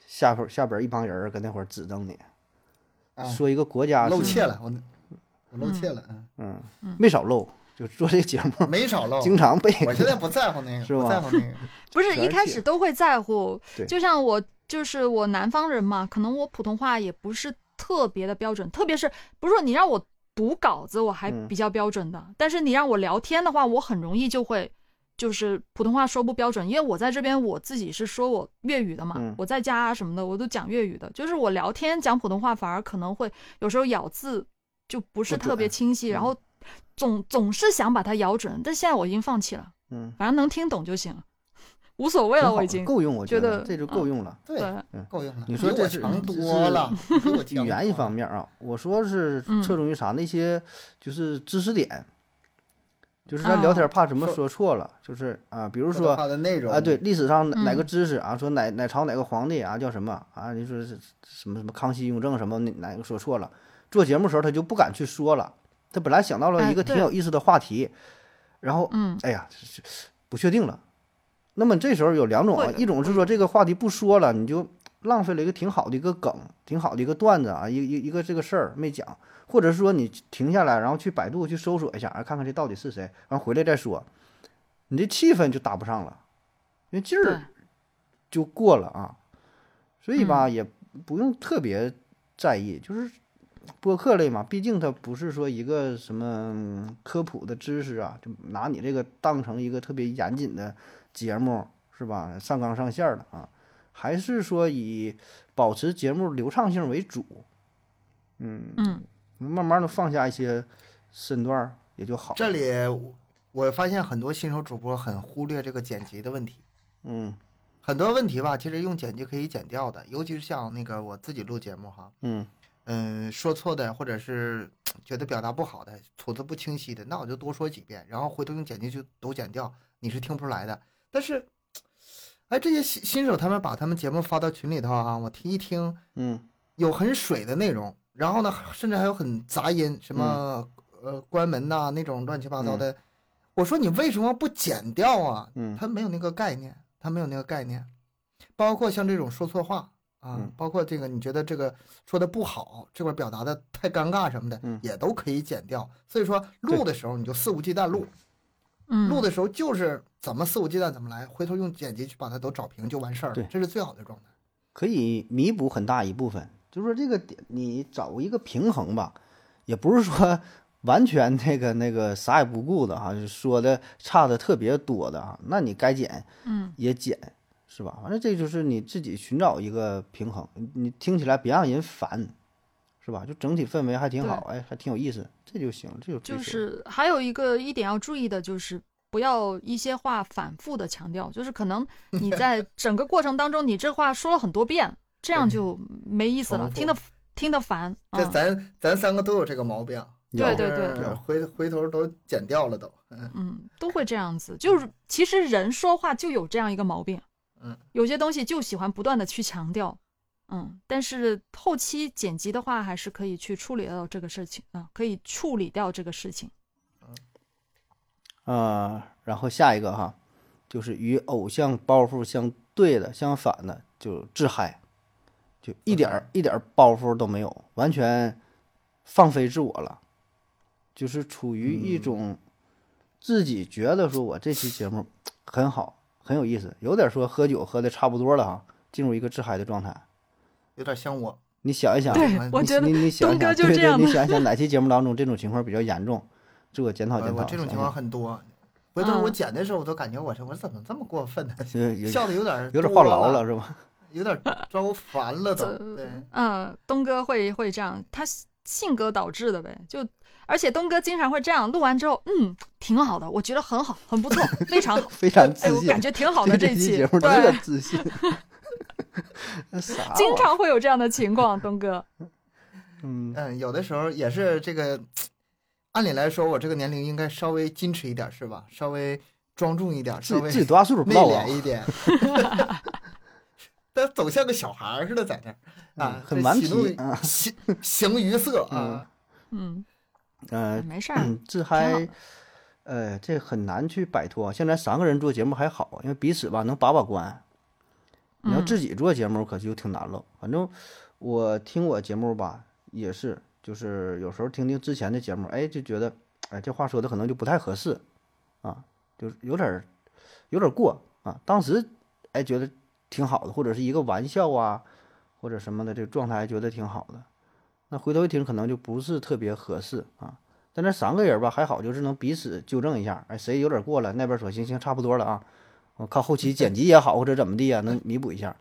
下边下边一帮人儿搁那会儿指正你，啊，说一个国家露是怯了，我我露怯了，嗯嗯，没少漏，就做这个节目没少露。经常被我现在不在乎那是个，吧不在乎那个。不是全一开是始都会在乎对，就像我就是我南方人嘛，可能我普通话也不是特别的标准，特别是不是说你让我读稿子我还嗯比较标准的，但是你让我聊天的话，我很容易就会就是普通话说不标准，因为我在这边我自己是说我粤语的嘛，嗯我在家啊什么的我都讲粤语的，就是我聊天讲普通话反而可能会有时候咬字就不是不准嗯特别清晰，然后总总是想把它咬准，但现在我已经放弃了。 [LAUGHS] 嗯，反正能听懂就行 [LAUGHS] 了，无所谓挺了，好我已的经够用，我觉觉得得嗯这就够用了。对，对，够用了。你说比这我是强这多是了，比我语强言一多了方面啊，我说是嗯侧重于啥？那些就是知识点，就是咱哦聊天怕什么说说错了，就是啊，比如说说的话的内容啊，对，，历史上哪哪嗯个知识啊，说哪哪朝哪个皇帝啊叫什么啊？你说是什么什么康熙、雍正什么哪哪个说错了？做节目时候他就不敢去说了，他本来想到了哎一个挺对有意思的话题，然后嗯，哎呀，这这不确定了。那么这时候有两种啊会，一种是说这个话题不说了，你就浪费了一个挺好的一个梗，挺好的一个段子啊，一一一个这个事儿没讲，或者是说你停下来，然后去百度去搜索一下，啊，看看这到底是谁，然后回来再说，你这气氛就搭不上了，因为劲对儿，就过了啊。所以吧，也不用特别在意，就是播客类嘛，毕竟它不是说一个什么嗯科普的知识啊，就拿你这个当成一个特别严谨的节目是吧？上纲上线儿的啊，还是说以保持节目流畅性为主，嗯，慢慢的放下一些身段儿也就好。这，里我我发现很多新手主播很忽略这个剪辑的问题，嗯很多问题吧，其实用剪辑可以剪掉的，尤其是像那个我自己录节目哈，嗯嗯，说错的或者是觉得表达不好的、吐字不清晰的，那我就多说几遍，然后回头用剪辑就都剪掉，你是听不出来的。但是，哎，这些新新手他们把他们节目发到群里头啊，我听一听，嗯有很水的内容，然后呢，甚至还有很杂音，什么、呃关门呐、那种乱七八糟的。我说你为什么不剪掉啊？嗯他没有那个概念，他没有那个概念。包括像这种说错话啊，嗯包括这个你觉得这个说的不好，这块表达的太尴尬什么的，嗯也都可以剪掉。所以说录的时候你就肆无忌惮录，嗯，录的时候就是怎么肆无忌惮怎么来，回头用剪辑去把它都找平就完事儿对了，这是最好的状态。可以弥补很大一部分。就是说这个点，你找一个平衡吧，也不是说完全那个那个啥也不顾的哈，就说的差的特别多的啊，那你该减嗯，也减，是吧？反正这就是你自己寻找一个平衡，你你听起来别让人烦，是吧？就整体氛围还挺好，哎，还挺有意思，这就行，这就追求就是还有一个一点要注意的就是。不要一些话反复的强调，就是可能你在整个过程当中，你这话说了很多遍，这样对就没意思了，重复听得听得烦。这嗯咱咱三个都有这个毛病。有对对就是有回回头都剪掉了都。嗯，都会这样子。就是嗯其实人说话就有这样一个毛病，嗯，有些东西就喜欢不断的去强调，嗯，但是后期剪辑的话，还是可以去处理到这个事情啊、可以处理掉这个事情。呃，然后下一个哈，就是与偶像包袱相对的、相反的，就自嗨，就一点嗯儿一点儿包袱都没有，完全放飞自我了，就是处于嗯一种自己觉得说我这期节目很好，很有意思，有点说喝酒喝的差不多了哈，进入一个自嗨的状态。有点像我，你想一想，对我，我你觉得你你想东一哥想，就对是这对，样你的。想一想哪期节目当中这种情况比较严重，自我检讨呃我检我讨。这种想情想况很多。回头我嗯剪的时候，我都感觉我是我怎么这么过分呢？有哎有笑的有点有点多话痨了了，是吧？ [LAUGHS] 有点招烦了都。呃对，嗯，东哥会会这样，他性格导致的呗。就而且东哥经常会这样，录完之后，嗯，挺好的，我觉得很好，很不错，非 [LAUGHS] 常好。非常自哎，我信。感觉挺好的这一期期，节目这 [LAUGHS] 么对，自信， [LAUGHS] 那啥玩意儿？经常会有这样的情况，东哥。嗯嗯，有的时候也是这个。按理来说，我这个年龄应该稍微矜持一点，是吧？稍微庄重一点，稍自微自己多大岁数不内知道啊敛？一点， [LAUGHS] 但总像个小孩儿似的在那儿啊嗯，很这顽喜怒皮啊形形于色嗯啊。嗯，呃，没事儿， [CLEARS THROAT] 自挺好嗨的，呃，这很难去摆脱。像咱三个人做节目还好，因为彼此吧能把把关。你要嗯自己做节目，可就挺难了。反正我听我节目吧，也是，就是有时候听听之前的节目，哎，就觉得，哎，这话说的可能就不太合适，啊，就是有点儿有点儿过啊。当时哎觉得挺好的，或者是一个玩笑啊，或者什么的，这个状态觉得挺好的。那回头一听，可能就不是特别合适啊。但这三个人吧，还好，就是能彼此纠正一下，哎，谁有点过了，那边说行行，差不多了啊，我靠后期剪辑也好，或者怎么地呀、能弥补一下。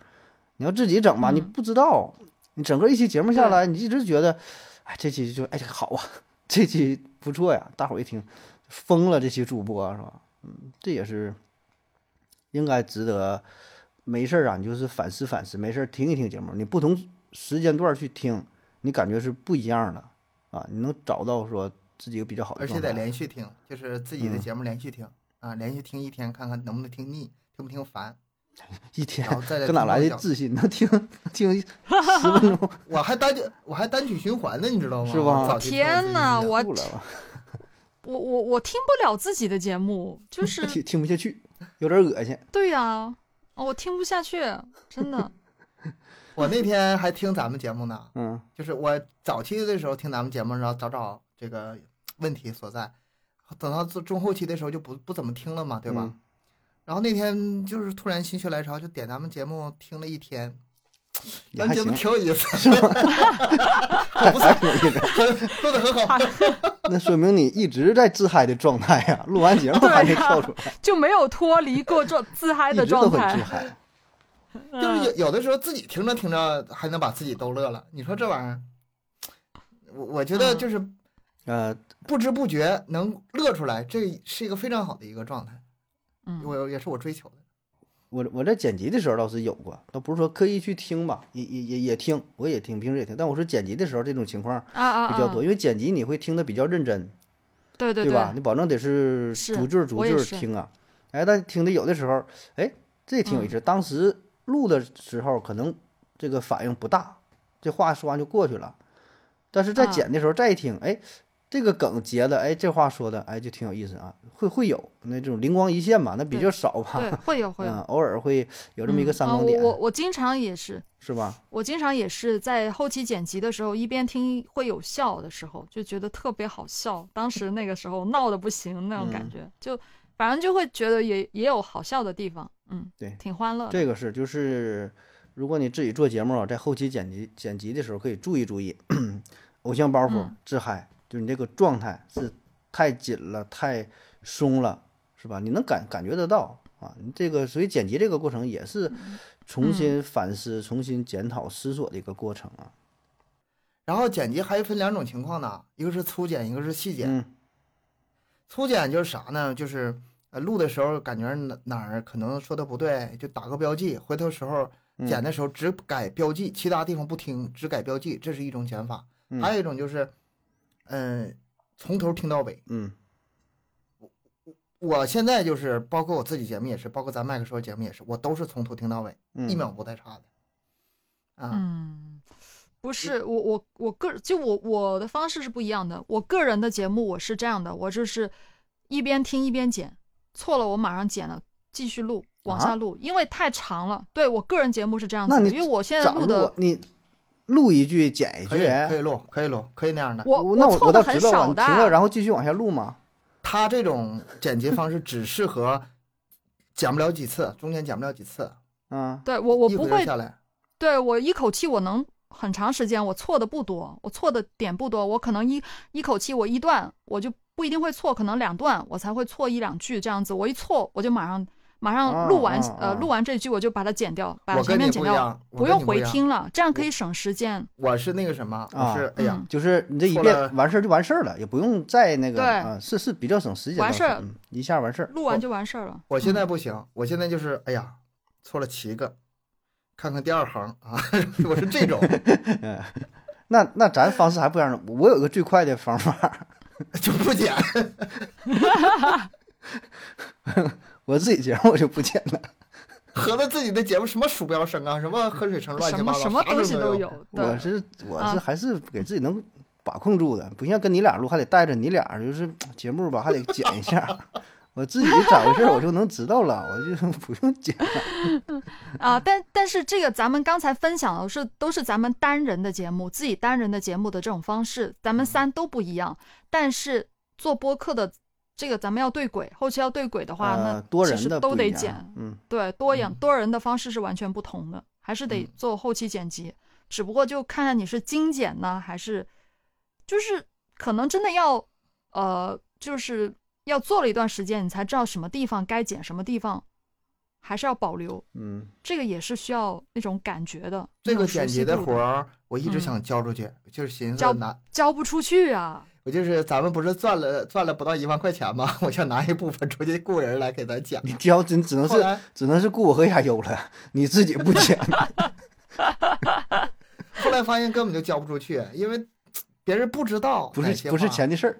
你要自己整吧，你不知道，你整个一期节目下来，你一直觉得，哎，这期就哎好啊，这期不错呀，大伙儿一听疯了，这期主播是吧？嗯，这也是应该值得。没事儿啊，你就是反思反思，没事儿听一听节目，你不同时间段儿去听，你感觉是不一样的啊，你能找到说自己一个比较好的而状且态。得连续听，就是自己的嗯节目连续听、啊，连续听一天，看看能不能听腻，听不 [LAUGHS] 听烦，一天然后再来搁哪听来多的 [LAUGHS] 久自信？能听听十分钟我还单我还单曲循环呢，你知道吗？是吧我早期听我自己天哪，的我嗯吐了吧，我我我听不了自己的节目，就是听听不下去，有点恶心。对呀、哦我听不下去，真的。 [LAUGHS] 我那天还听咱们节目呢，嗯就是我早期的时候听咱们节目，然后找找这个问题所在，等到中中后期的时候就不不怎么听了嘛，对吧？嗯然后那天就是突然心血来潮，就点咱们节目听了一天，也咱还节目行，挺有意思， [LAUGHS] 不错，做的很 [LAUGHS] 好。那说明你一直在自嗨的状态呀、录完节目还没对呀跳出来，就没有脱离过状自嗨一的直都状很自态，嗨。就是嗯有有的时候自己听着听着还能把自己逗乐了，你说这玩意儿，我我觉得嗯就是呃，不知不觉能乐出来，这是一个非常好的一个状态，嗯，我也是我追求的。我我在剪辑的时候倒是有过，倒不是说刻意去听吧，也也也也听，我也听，平时也听。但我说剪辑的时候这种情况啊啊比啊，较多，因为剪辑你会听得比较认真，对对吧？你保证得是是逐句儿逐我句也儿是听啊。哎，但听的有的时候，哎，这也挺有意思。嗯当时录的时候可能这个反应不大，这话说完就过去了。但是在啊剪的时候再一听，哎，这个梗结的，哎，这话说的，哎，就挺有意思啊。会会有那这种灵光一现嘛，那比对较少吧。对，[LAUGHS] 会有会有嗯，偶尔会有这么一个嗯闪啊光点，我我我经常也是，是吧？我经常也是在后期剪辑的时候，一边听会有笑的时候，就觉得特别好笑。当时那个时候闹的不行那种感嗯觉，就反正就会觉得也也有好笑的地方，嗯，对挺欢乐的。这个是就是，如果你自己做节目啊，在后期剪辑剪辑的时候，可以注意注意偶像包袱嗯、自嗨，就是你这个状态是太紧了、太松了，是吧？你能感感觉得到啊。你这个所以剪辑这个过程也是嗯重新反思、重新检讨、思索的一个过程啊。然后剪辑还分两种情况呢，一个是粗剪，一个是细剪。嗯粗剪就是啥呢？就是呃录的时候感觉哪哪儿可能说的不对，就打个标记，回头时候嗯剪的时候只改标记，其他地方不听，只改标记，这是一种剪法。嗯还有一种就是，嗯、从头听到尾。嗯我现在就是包括我自己节目也是，包括咱麦克说节目也是，我都是从头听到尾，一嗯，秒不带差的。啊，嗯，不是我我我个就我我的方式是不一样的。我个人的节目我是这样的，我就是一边听一边剪，错了我马上剪了，继续录往啊下录，因为太长了。对我个人节目是这样那子的，你因为我现在咋录录啊的？你录一句剪一可句以，可哎以录，可以录，可以那样的。我那我错倒的很知道啊，少你的停，了然后继续往下录吗？他这种剪辑方式只适合剪不了几次，中间剪不了几次，啊，对我我一不回会合下来。对我一口气我能很长时间，我错的不多，我错的点不多，我可能一一口气我一段我就不一定会错，可能两段我才会错一两句这样子，我一错我就马上马上录完、啊啊啊呃录完这句我就把它剪掉，把我前跟你面剪不一掉，样，不我用跟你回一样。听了，这样可以省时间。我是那个什么，我是哎呀嗯，就是你这一错了遍完事儿就完事儿了，也不用再那个对啊，是是比较省时间倒完是，事儿嗯一下完事儿。录完就完事儿了。我现在不行，我现在就是哎呀，错了七个，看看第二行啊， [LAUGHS] 我是这种，那那咱方式还不一样，我有一个最快的方法，就不剪。我自己节目我就不剪了，合着自己的节目什么鼠标声啊，什么喝水声乱七嗯什八么糟，什么啥东西都都有有。，我对，是我啊是还是给自己能把控住的，不像跟你俩录还得带着你俩，就是嗯节目吧还得剪一下。我自己咋回事儿我就能知道了， [LAUGHS] 我就不用剪了。 [LAUGHS] 啊，但但是这个咱们刚才分享的是都是咱们单人的节目，自己单人的节目的这种方式，咱嗯们三都不一样。但是做播客的这个咱们要对轨，后期要对轨的话，呃，那多其人实的都不一得样剪。嗯，对，多样嗯多人的方式是完全不同的，还是得嗯做后期剪辑，只不过就看看你是精简呢，还是就是可能真的要呃，就是要做了一段时间，你才知道什么地方该剪，什么地方还是要保留，嗯，这个也是需要那种感觉的，这那个种熟剪悉辑的度活儿，我一直嗯想交出去，就是寻思交拿，交不出去啊。我就是咱们不是赚了赚了不到一万块钱吗？我 [LAUGHS] 就拿一部分出去雇人来给咱剪。你教真只能后是来只能是雇我和亚优了， [LAUGHS] 你自己不剪。后来发现根本就交不出去，因为别人不知道不哪是些不是话，钱的事儿，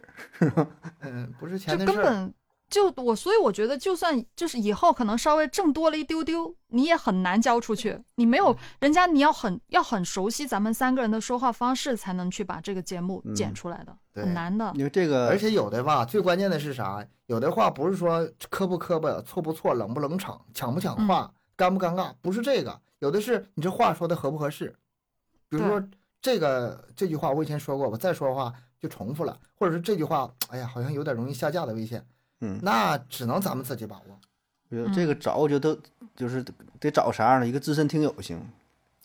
嗯，不是就钱的根事儿。本就我，所以我觉得，就算就是以后可能稍微挣多了一丢丢，你也很难交出去。你没嗯有人家，你要很要很熟悉咱们三个人的说话方式，才能去把这个节目剪嗯出来的，对很难的。因为这个，而且有的吧，最关键的是啥？有的话不是说磕不磕巴、错不错、冷不冷场、抢不抢嗯话、尴不尴尬，不是这个，有的是你这话说的合不合适。比如说这个这句话，我以前说过，我再说的话就重复了，或者是这句话，哎呀，好像有点容易下架的危险，嗯，那只能咱们自己把握。我觉得这个找我觉得都就是得找啥样的一个资深听友型，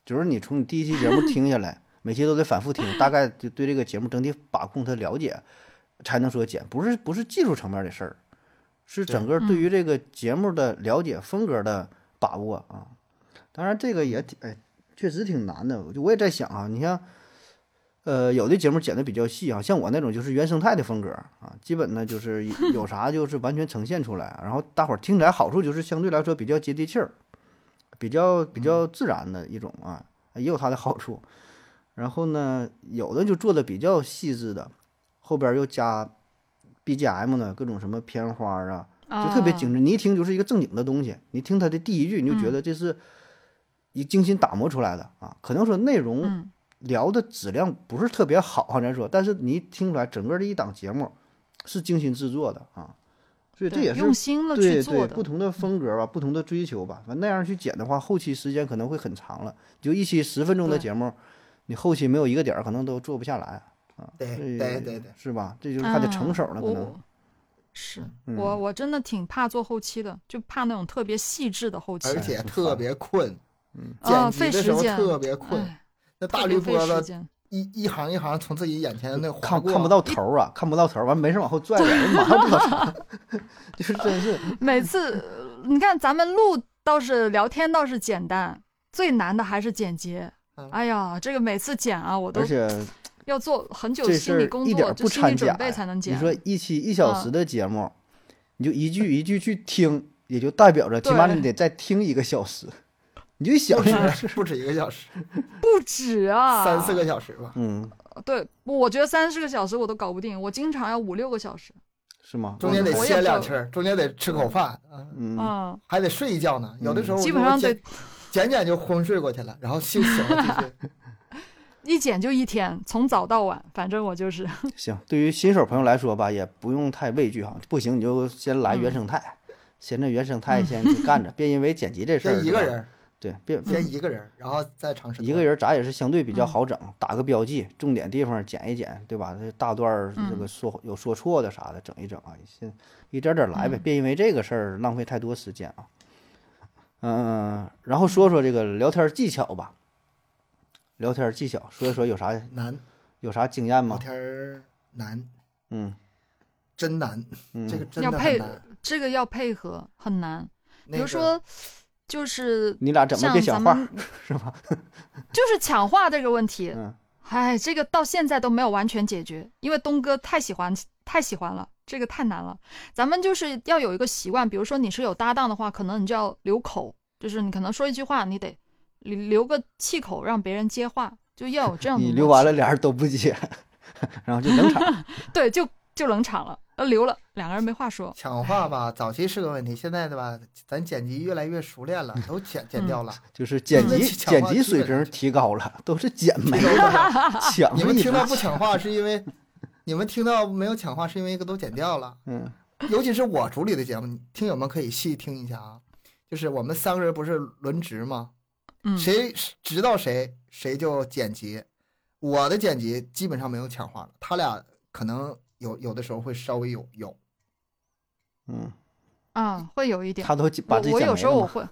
就是你从你第一期节目听下来，每期都得反复听，大概就对这个节目整体把控他了解，才能说剪，不是不是技术层面的事儿，是整个对于这个节目的了解、风格的把握啊。当然这个也挺哎，确实挺难的，我就我也在想啊，你像。呃，有的节目剪的比较细啊，像我那种就是原生态的风格啊，基本呢就是有啥就是完全呈现出来，然后大伙儿听起来好处就是相对来说比较接地气儿，比较比较自然的一种啊，也有它的好处。然后呢，有的就做的比较细致的，后边儿又加 BGM 呢，各种什么片花儿啊，就特别精致。你一听就是一个正经的东西，你听它的第一句，你就觉嗯得这是一精心打磨出来的啊。可能说内容、嗯聊的质量不是特别好啊，咱说，但是你一听出来，整个的一档节目是精心制作的啊，所以这对也是用心了去对做对的不。同的风格吧，不同的追求吧，反正那样去剪的话，后期时间可能会很长了。就一期十分钟的对节目，你后期没有一个点儿，可能都做不下来啊。对这哎对对对，是吧？这就是还得成手啊呢，可我能我是嗯我我真的挺怕做后期的，就怕那种特别细致的后期而，且特别困，嗯啊，剪费辑的时时候间，特别困，哎那特大别绿费波时子间。一一行一行从自己眼前那划看过，看不到头儿啊，看不到头儿，完没事往后拽拽，人马上不知道啥，就是 [LAUGHS] 真 [LAUGHS] 是每次呃你看咱们录倒是聊天倒是简单，最难的还是剪辑嗯。哎呀，这个每次剪啊，我都而且要做很久这心事理儿工一点作，儿就不心理掺假准备呀。才能嗯剪。你说一期一小时的节目，你就一句一句去听，也就代表着起码对你得再听一个小时。你就想不止想，不止一个小时，不止啊，三四个小时 [LAUGHS] 吧。嗯，对，我觉得三四个小时我都搞不定，我经常要五六个小时。是吗？中间得我也歇不两气儿，中间得吃口饭，啊嗯，嗯，还得睡一觉呢。有的时候基我本上就得剪剪就昏睡过去了，然后醒醒了继 [LAUGHS] 续。一剪就一天，从早到晚，反正我就是。 [LAUGHS] 行。对于新手朋友来说吧，也不用太畏惧哈。不行，你就先来嗯原生态，先这原生态先去干着， [LAUGHS] 别因为剪辑这事儿先一个是吧，人，对，嗯别别先一个人，然后再尝试一个。人，咱也是相对比嗯较好整，打个标记，重点地方剪一剪，对吧？这大段儿这嗯个说有说错的啥的，整一整啊，先一点点嗯来呗，别因为这个事儿浪费太多时间啊。嗯，然后说说这个聊天技巧吧，聊天技巧，说一说有啥难有啥经验聊吗？天儿难，嗯真难，嗯，这个真要的配很难。这个要配合，很难。比那如个说，就是你俩怎么像别咱抢话们是吧？就是抢话这个问题，嗯哎，这个到现在都没有完全解决，因为东哥太喜欢太喜欢了，这个太难了。咱们就是要有一个习惯，比如说你是有搭档的话，可能你就要留口，就是你可能说一句话，你得留留个气口，让别人接话，就要有这样的。 [LAUGHS] 你留完了，俩人都不接，然后就冷场。对，就就冷场了，呃，留了，两个人没话说。抢话吧，早期是个问题，现在对吧？咱剪辑越来越熟练了，都剪嗯剪掉了。就是 [LAUGHS] 剪嗯辑抢话剪辑基水本平是提高了，都是 [LAUGHS] 剪没都了，抢你们一听到 [LAUGHS] 直不抢话是因为，你们听到没有抢话是因为都剪掉了。嗯，尤其是我主理的节目，听友们可以细听一下啊。就是我们三个人不是轮值吗？嗯，谁直到谁谁就剪辑。我的剪辑基本上没有抢话了，他俩可能有有的时候会稍微有有。嗯，啊，会有一点。他都把自己我我剪有没时候了我 [LAUGHS] 嘛会，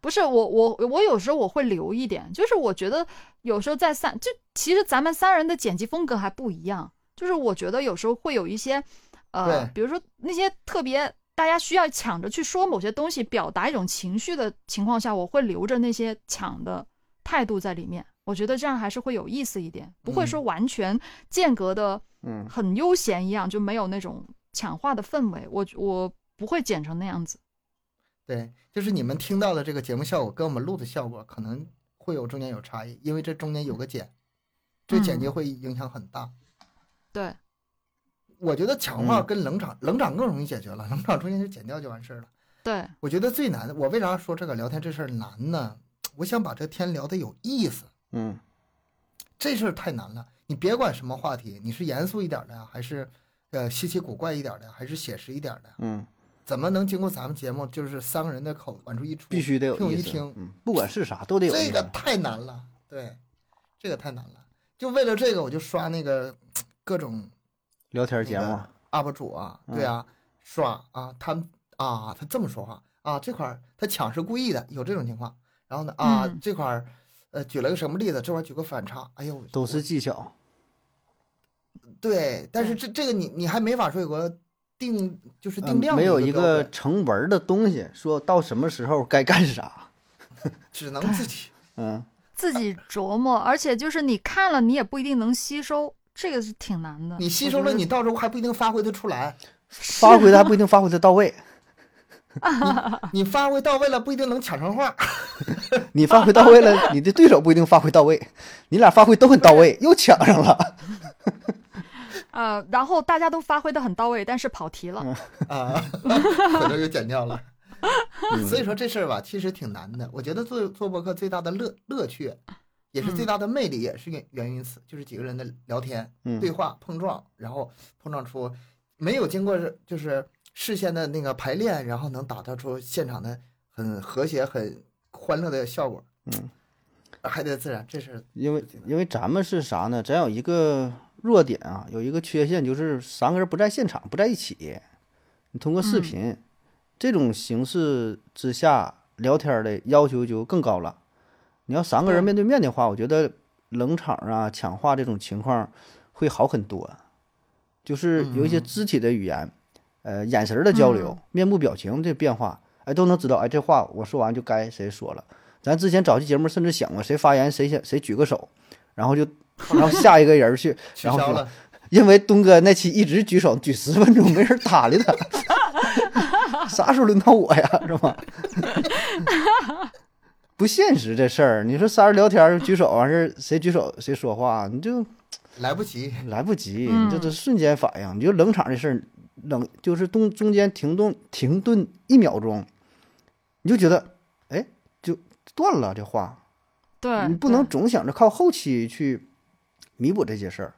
不是我我我有时候我会留一点，就是我觉得有时候在三，就其实咱们三人的剪辑风格还不一样，就是我觉得有时候会有一些，呃对，比如说那些特别大家需要抢着去说某些东西，表达一种情绪的情况下，我会留着那些抢的态度在里面。我觉得这样还是会有意思一点，不会说完全间隔的、嗯很悠闲一样，就没有那种抢话的氛围。我我不会剪成那样子。对，就是你们听到的这个节目效果跟我们录的效果可能会有中间有差异，因为这中间有个剪，这剪辑嗯会影响很大。对，我觉得强化嗯跟冷场，冷场更容易解决了，冷场中间就剪掉就完事儿了。对，我觉得最难的，我为啥说这个聊天这事儿难呢？我想把这天聊得有意思，嗯这事儿太难了。你别管什么话题，你是严肃一点的呀，还是呃稀奇古怪一点的呀，还是写实一点的呀？嗯，怎么能经过咱们节目就是三个人的口往出一出，必须得听有我意一思听，嗯，不管是啥都得有意这个思，太难了，对，这个太难了。就为了这个，我就刷那个各种聊天节那个目， UP 主啊，对啊，嗯刷啊，他们啊，他这么说话啊，这块儿他抢是故意的，有这种情况。然后呢，啊，嗯这块儿呃举了个什么例子，这块儿举个反差，哎呦，都是技巧，对，但是这这个你你还没法说有个定，就是定嗯量的没有一一标个准成文儿的东西，说到什么时候该干啥，只能自己嗯，自己琢磨，而且就是你看了，你也不一定能吸收，这个是挺难的。你吸我收觉了，得你到时候还不一定发挥得出来，发挥的还不一定发挥的到位，啊你发挥到位了不一定能抢上话。你发挥到位了，你的对手不一定发挥到位，你俩发挥都很到位，又抢上了，呃，然后大家都发挥的很到位，但是跑题了。啊， [LAUGHS] 可能又剪掉了。嗯所以说这事儿吧，其实挺难的。我觉得做做博客最大的乐乐趣，也是最大的魅力，也是源源于此，就是几个人的聊天、嗯对话、碰撞，然后碰撞出没有经过就是事先的那个排练，然后能打造出现场的很和谐、很欢乐的效果。嗯，还得自然，这事儿因为因为咱们是啥呢？咱有一个弱点啊，有一个缺陷就是三个人不在现场，不在一起。你通过视频、这种形式之下聊天的要求就更高了。你要三个人对面对面的话，我觉得冷场啊、抢话这种情况会好很多，就是有一些肢体的语言，呃，眼神儿的交流、面部表情这变化，哎，都能知道，哎，这话我说完就该谁说了。咱之前早期节目甚至想过，谁发言谁先谁举个手，然后就，然后下一个人去， [LAUGHS] 取然后消说了。因为东哥那期一直举手举十分钟，没人搭理他， [LAUGHS] 啥时候轮到我呀？是吧？ [LAUGHS] 不现实这事儿，你说仨人聊天儿举手完事儿，谁举手谁说话，你就来不及。来不及，嗯你这都瞬间反应。你就冷场这事儿，冷就是中中间停顿停顿一秒钟，你就觉得哎就断了这话，对，你不能对总想着靠后期去弥补这些事儿，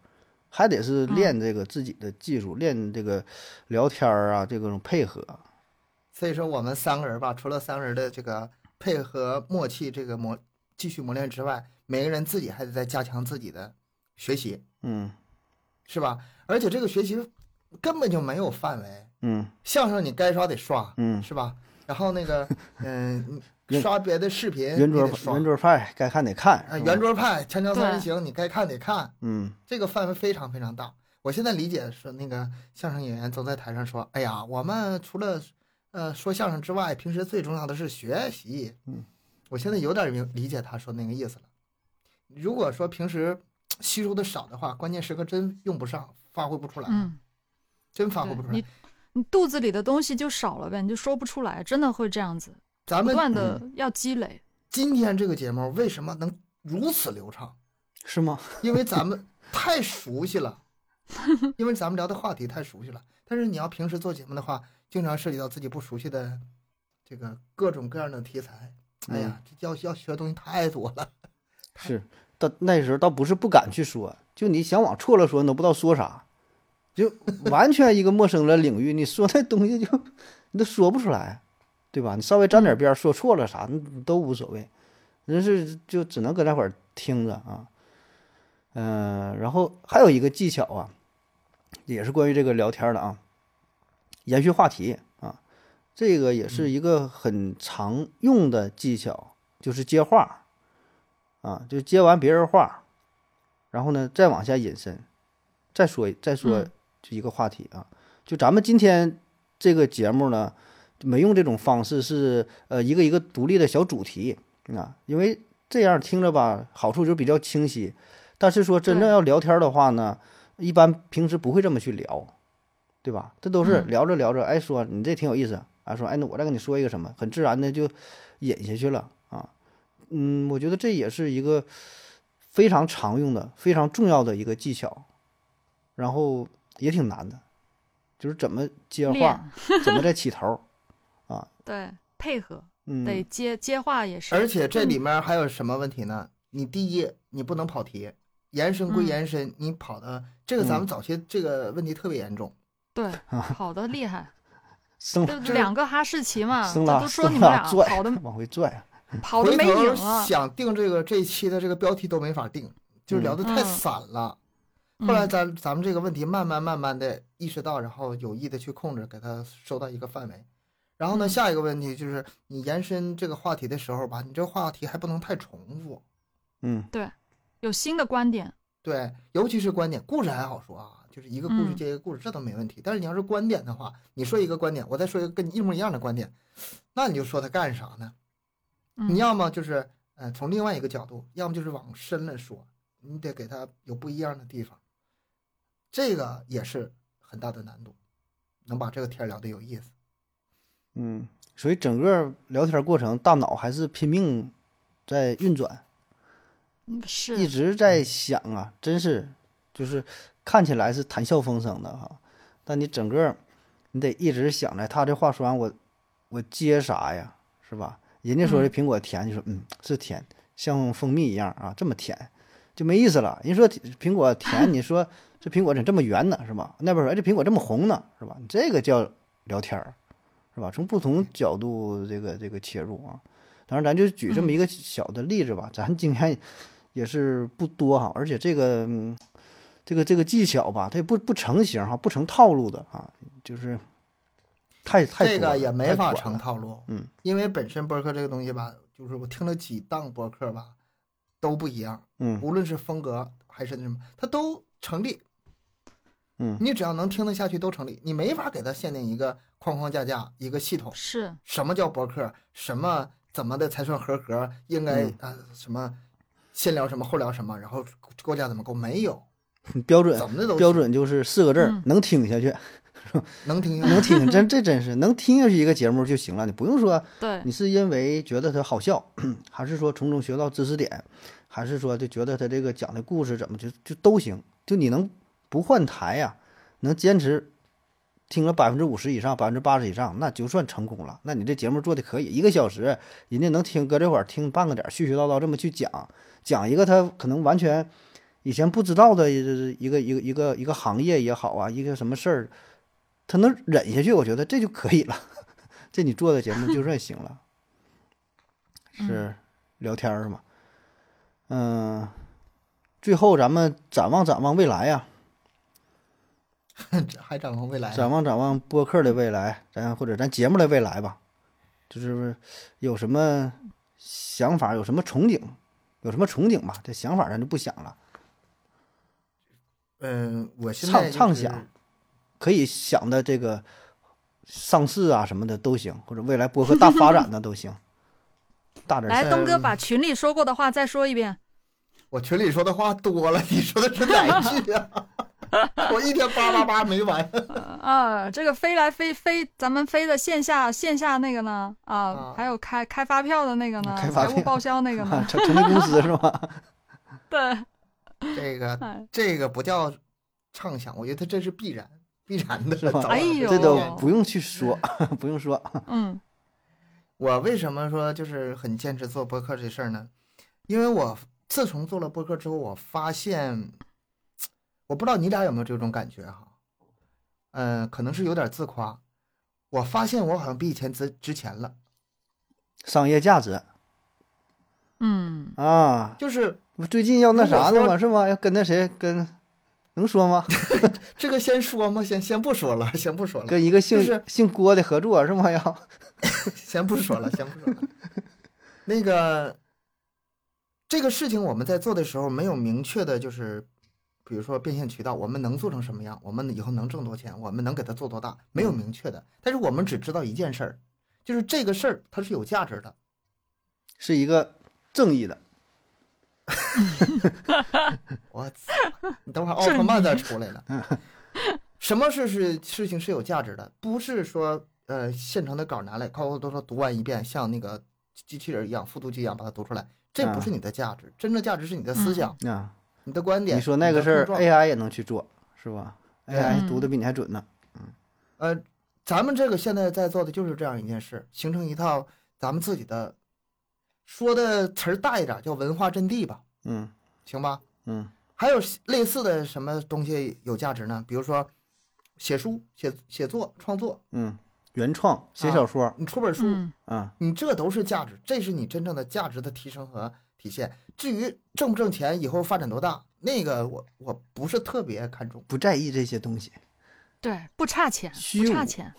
还得是练这个自己的技术，练这个聊天儿啊，这种配合。所以说我们三个人吧，除了三个人的这个配合默契这个磨继续磨练之外，每个人自己还得在加强自己的学习，嗯是吧？而且这个学习根本就没有范围，嗯相声你该刷得刷，嗯，是吧？然后 [LAUGHS] 那个，嗯，你圆刷别的视频，圆桌哎你得刷圆桌派该看得看，啊，是吧圆桌派《锵锵三人对行》，你该看得看，嗯这个范围非常非常大。我现在理解是那个相声演员都在台上说：“哎呀，我们除了呃说相声之外，平时最重要的是学习。”嗯，我现在有点明理解他说那个意思了。如果说平时嘖吸收的少的话，关键时刻真用不上，发挥不出来，嗯，真发挥对啊不出来你。你肚子里的东西就少了呗，你就说不出来，真的会这样子，咱不们嗯断的要积累。今天这个节目为什么能如此流畅？是吗？因为咱们太熟悉了，因为咱们聊的话题太熟悉了。但是你要平时做节目的话，经常涉及到自己不熟悉的这个各种各样的题材。哎呀，嗯这要要学的东西太多了。是，到那时候倒不是不敢去说，就你想往错了说，你都不知道说啥，就完全一个陌生的领域，你说那东西就你都说不出来，对吧？你稍微沾点边儿，说错了啥你都无所谓，人是就只能搁那会儿听着啊。嗯、然后还有一个技巧啊，也是关于这个聊天儿的啊，延续话题啊，这个也是一个很常用的技巧，就是接话儿。啊，就接完别人话，然后呢再往下引申，再说再说嗯就一个话题啊。就咱们今天这个节目呢，没用这种方式是呃一个一个独立的小主题啊，因为这样听着吧，好处就比较清晰。但是说真正对要聊天儿的话呢，一般平时不会这么去聊，对吧？这都是嗯聊着聊着，哎，说你这挺有意思啊，说哎，那我再跟你说一个什么，很自然的就引下去了啊。嗯，我觉得这也是一个非常常用的、非常重要的一个技巧，然后也挺难的，就是怎么接话练，怎么再起头儿。对配合 [LAUGHS] 嗯，得接接话也是，而且这里面还有什么问题呢？你第一，你不能跑题，延伸归嗯延伸，你跑的这个咱们早期这个问题特别严重。对跑的厉 [LAUGHS] 害，生对啊这两个哈士奇嘛，生这拉都说你生们拉俩拽，[LAUGHS] 跑的 [LAUGHS] 往回拽。啊跑回的没影头啊，想定这个这一期的这个标题都没法定，就是聊的太散了。嗯后来咱咱们这个问题慢慢慢慢的意识到，然后有意的去控制，给它收到一个范围。然后呢，嗯下一个问题就是你延伸这个话题的时候吧，你这个话题还不能太重复。嗯，有新的观点，对，尤其是观点，故事还好说啊，就是一个故事嗯接一个故事，这都没问题。但是你要是观点的话，你说一个观点，我再说一个跟你一模一样的观点，那你就说它干啥呢？嗯你要么就是呃从另外一个角度，要么就是往深了说，你得给它有不一样的地方，这个也是很大的难度，能把这个天儿聊得有意思。嗯，所以整个聊天过程，大脑还是拼命在运转，嗯一是直在想啊，真是就是看起来是谈笑风生的哈，但你整个你得一直想着他这话说完我我接啥呀，是吧？人家说这苹果甜，你说嗯是甜，像蜂蜜一样啊，这么甜就没意思了。人家说苹果甜，你说这苹果怎么这么圆呢，是吧？那边说哎这苹果这么红呢，是吧？你这个叫聊天儿，是吧？从不嗯同角度这个这个切入啊。当然，咱就举嗯这么一个小的例子吧，咱经验也是不多哈，而且这个、嗯这个这个技巧吧，它也不不成型哈，不成套路的啊，就是太太这多个了也没太法短成了套路，嗯，因为本身播客这个东西吧，就是我听了几档播客吧，都不一样，嗯无论是风格还是那什么，它都成立。嗯你只要能听得下去都成立，你没法给它限定一个框框架架一个系统。是，什么叫博客，什么怎么的才算合格，应该嗯啊、什么先聊什么后聊什么，然后构架怎么构，没有，标准怎么的都标行准就是四个字儿嗯，能听下去，能听 [LAUGHS] 能听，真这真是能听下去一个节目就行了，你不用说对你是因为觉得它好笑， [CLEARS THROAT] 还是说从中学到知识点，还是说就觉得他这个讲的故事怎么就就都行，就你能不换台呀、能坚持听了百分之五十以上、百分之八十以上，那就算成功了。那你这节目做的可以，一个小时人家能听，搁这会儿听半个点儿，絮絮叨叨这么去讲，讲一个他可能完全以前不知道的一个一个一个一个一个行业也好啊，一个什么事儿，他能忍下去，我觉得这就可以了。这你做的节目就算行了，是聊天儿嘛？嗯，最后咱们展望展望未来啊呀、还展望未来。展望展望播客的未来，咱或者咱节目的未来吧，就是有什么想法，有什么憧憬，有什么憧憬吧？这想法咱就不想了，嗯，我现畅在、就是、畅想可以想的这个上市啊什么的都行，或者未来播客大发展的都行，大点 [LAUGHS] 来事儿。东哥把群里说过的话再说一遍，我群里说的话多了，你说的是哪一句 [LAUGHS] 啊？我一天叭叭叭没完。啊，这个飞来飞飞，咱们飞的线下线下那个呢，啊啊，还有开开发票的那个呢嗯开，发财票务报销那个啊 [LAUGHS] 呢，成成立公司是吧？对，这个哎这个不叫畅想，我觉得这是必然必然的，是吧早晚哎会呦这都哦不用去说， [LAUGHS] 不用说，嗯我为什么说就是很坚持做播客这事儿呢？因为我自从做了播客之后，我发现，我不知道你俩有没有这种感觉哈，嗯、可能是有点自夸。我发现我好像比以前值值钱了，商业价值嗯，啊。就是不最近要那啥如的果嘛，是吗？要跟那谁跟，能说吗？这个先说吗？先先不说了，先不说 [LAUGHS] 了，跟一个姓、就是姓郭的合作是吗？ [LAUGHS] 要先不说了，先不说了。那个这个事情我们在做的时候没有明确的，就是比如说变现渠道，我们能做成什么样，我们以后能挣多钱，我们能给它做多大，没有明确的。但是我们只知道一件事儿，就是这个事儿它是有价值的。是一个正义的，我操！你等会儿奥特曼再出来了。 [LAUGHS] 什么事是事情是有价值的？不是说呃现成的稿拿来，快快多说读完一遍，像那个机器人一样，复读机一样把它读出来，这嗯不是你的价值。真正价值是你的思想、啊，你的观点。你说那个你事的儿哎碰撞 AI 也能去做是吧对嗯？AI 读的比你还准呢。呃，咱们这个现在在做的就是这样一件事，形成一套咱们自己的，说的词儿大一点，叫文化阵地吧，嗯行吧？嗯还有类似的什么东西有价值呢？比如说写书、写写作、创作，嗯，原创啊写小说你出本书，嗯啊，你这都是价值，这是你真正的价值的提升和体现。至于挣不挣钱，以后发展多大，那个我我不是特别看重，不在意这些东西，对，不差钱，虚不差无。钱，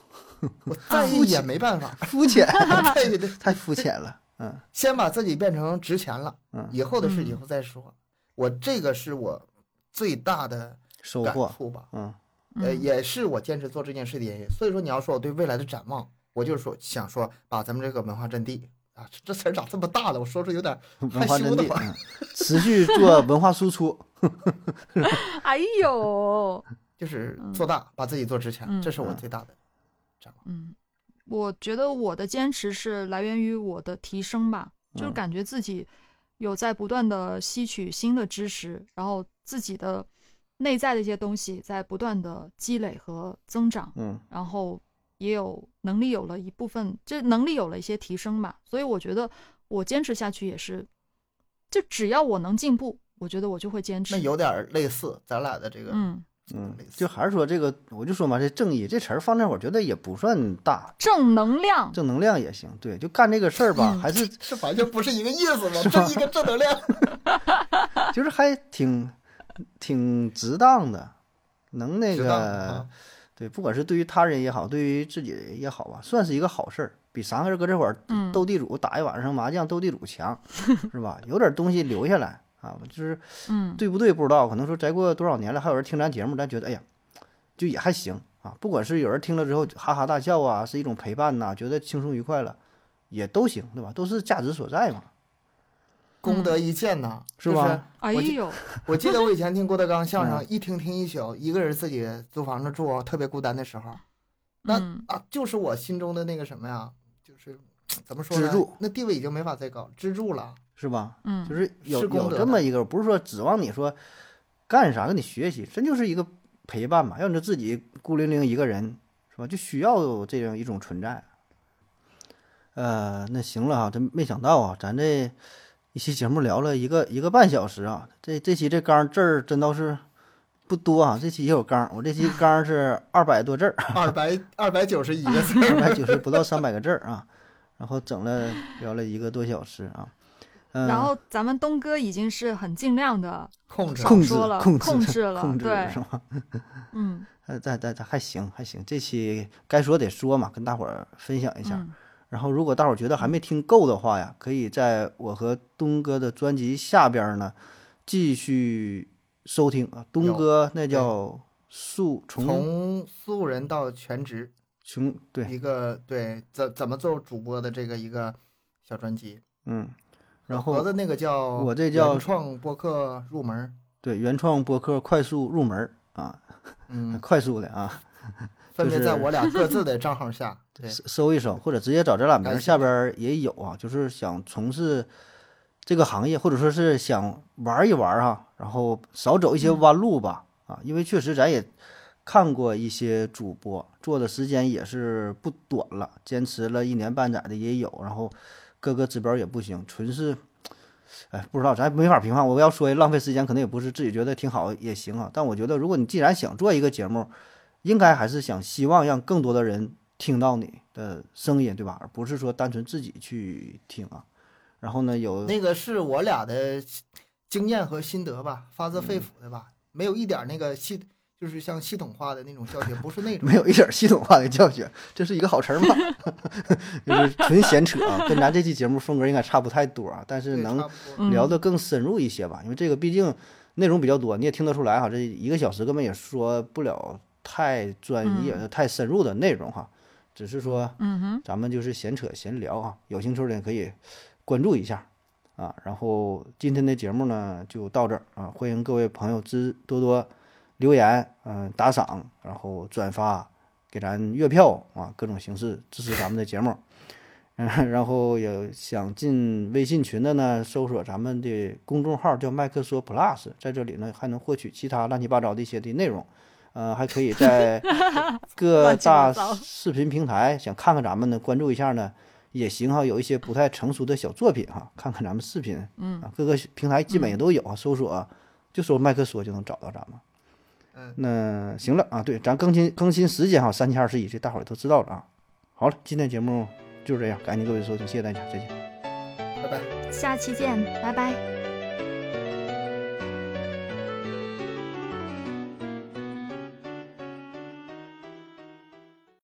我啊在意也没办 [LAUGHS] 法肤浅， [LAUGHS] 在意的太肤浅了。嗯先把自己变成值钱了嗯，以后的事以嗯后再说。我这个是我最大的收感获，触吧， [LAUGHS] 嗯呃，嗯也是我坚持做这件事的原因。所以说，你要说我对未来的展望，我就是说想说把咱们这个文化阵地啊，这这词儿咋这么大了？我说出有点文化真害羞的谛，话嗯持续做文化输出，哎呦，就是做大，把自己做值钱，嗯这是我嗯最大的。嗯，我觉得我的坚持是来源于我的提升吧，就是嗯感觉自己有在不断的吸取新的知识，然后自己的内在的一些东西在不断的积累和增长，嗯然后也有能力有了一部分，这能力有了一些提升嘛，所以我觉得我坚持下去也是，就只要我能进步，我觉得我就会坚那持。有点儿类似咱俩的这个，嗯，嗯类，似就还是说这个，我就说嘛，这正义这词儿放那会儿，觉得也不算大，正能量，正能量也行。对，就干这个事儿吧，嗯还是是完全不是一个意思嘛，这一个正能量。就是还挺挺值当的，能那值当的个啊对，不管是对于他人也好，对于自己也好吧，算是一个好事儿，比三个人搁这会儿嗯斗地主、打一晚上麻将斗地主强，是吧？有点东西留下来啊，就是嗯对不对不知道，可能说再过多少年了，还有人听咱节目，咱觉得哎呀，就也还行啊。不管是有人听了之后哈哈大笑啊，是一种陪伴呐、觉得轻松愉快了，也都行，对吧？都是价值所在嘛，功德一件呐，嗯是就吧？嗯哎我记呦，我记得我以前听郭德纲相声，一听听一宿，一个人自己租房子住，特别孤单的时候， [LAUGHS] 那嗯啊，就是我心中的那个什么呀，就是怎么说支呢柱？那地位已经没法再高，支柱了。是吧？嗯就是有是功有德这么的一个，不是说指望你说干啥，跟你学习，真就是一个陪伴嘛。要你自己孤零零一个人，是吧？就需要这样一种存在。呃，那行了哈，真没想到啊，咱这一期节目聊了一个一个半小时啊，这这期这刚字儿真倒是不多啊，这期也有刚，我这期刚是二百多字儿，二 [LAUGHS] 百二百九十一个字儿，二百九十不到三百个字儿啊，然后整了聊了一个多小时啊，嗯、然后咱们东哥已经是很尽量的，控制少控制说了控制控制了控制对是吧？嗯呃，但但但还行还行，这期该说得说嘛，跟大伙儿分享一下。嗯然后，如果大伙儿觉得还没听够的话呀，可以在我和东哥的专辑下边儿呢继续收听啊。东有哥那对叫素从从素人到全职，从对，一个对怎怎么做主播的这个一个小专辑。嗯，然我后的那个叫我这叫原创播客入门儿，对原创播客快速入门儿啊，嗯，快速的啊，分别在就是我俩各 [LAUGHS] 自的账号下。对，搜搜一搜，或者直接找咱俩名感儿谢下边儿也有啊，就是想从事这个行业，或者说是想玩一玩哈、然后少走一些弯路吧，啊，因为确实咱也看过一些主播做的时间也是不短了，坚持了一年半载的也有，然后各个指标也不行，纯是，哎，不知道咱没法评判。我要说浪费时间，可能也不是自己觉得挺好也行啊，但我觉得如果你既然想做一个节目，应该还是想希望让更多的人听到你的声音，对吧？而不是说单纯自己去听啊。然后呢，有那个是我俩的经验和心得吧，发自嗯肺腑的吧，没有一点那个系，就是像系统化的那种教学，不是 [LAUGHS] 那 [LAUGHS] 种没有一点系统化的教学，这是一个好词儿吗？ [LAUGHS] 就是纯闲扯啊，跟咱这期节目风格应该差不太多啊，但是对能差不多嗯聊得更深入一些吧，因为这个毕竟内容比较多，你也听得出来哈，这一个小时根本也说不了太专业、太深入的内容哈，只是说，嗯哼，咱们就是闲扯闲聊啊，有兴趣的可以关注一下啊。然后今天的节目呢就到这儿啊，欢迎各位朋友之多多留言，嗯、打赏，然后转发，给咱月票啊，各种形式支持咱们的节目。 [LAUGHS] 嗯，然后有想进微信群的呢，搜索咱们的公众号叫麦克说 Plus，在这里呢还能获取其他乱七八糟的一些的内容，呃，还可以在各乱七八大糟视频平台想看看咱们呢，关注一下呢也行啊哈，有一些不太成熟的小作品哈，看看咱们视频，嗯啊，各个平台基本也都有啊，搜索、就搜麦克说就能找到咱们。嗯，那行了啊，对，咱更新更新时间哈，三七二十一，这大伙儿都知道了啊。好了，今天节目就是这样，感谢各位收听，谢谢大家，再见。拜拜。下期见，拜拜。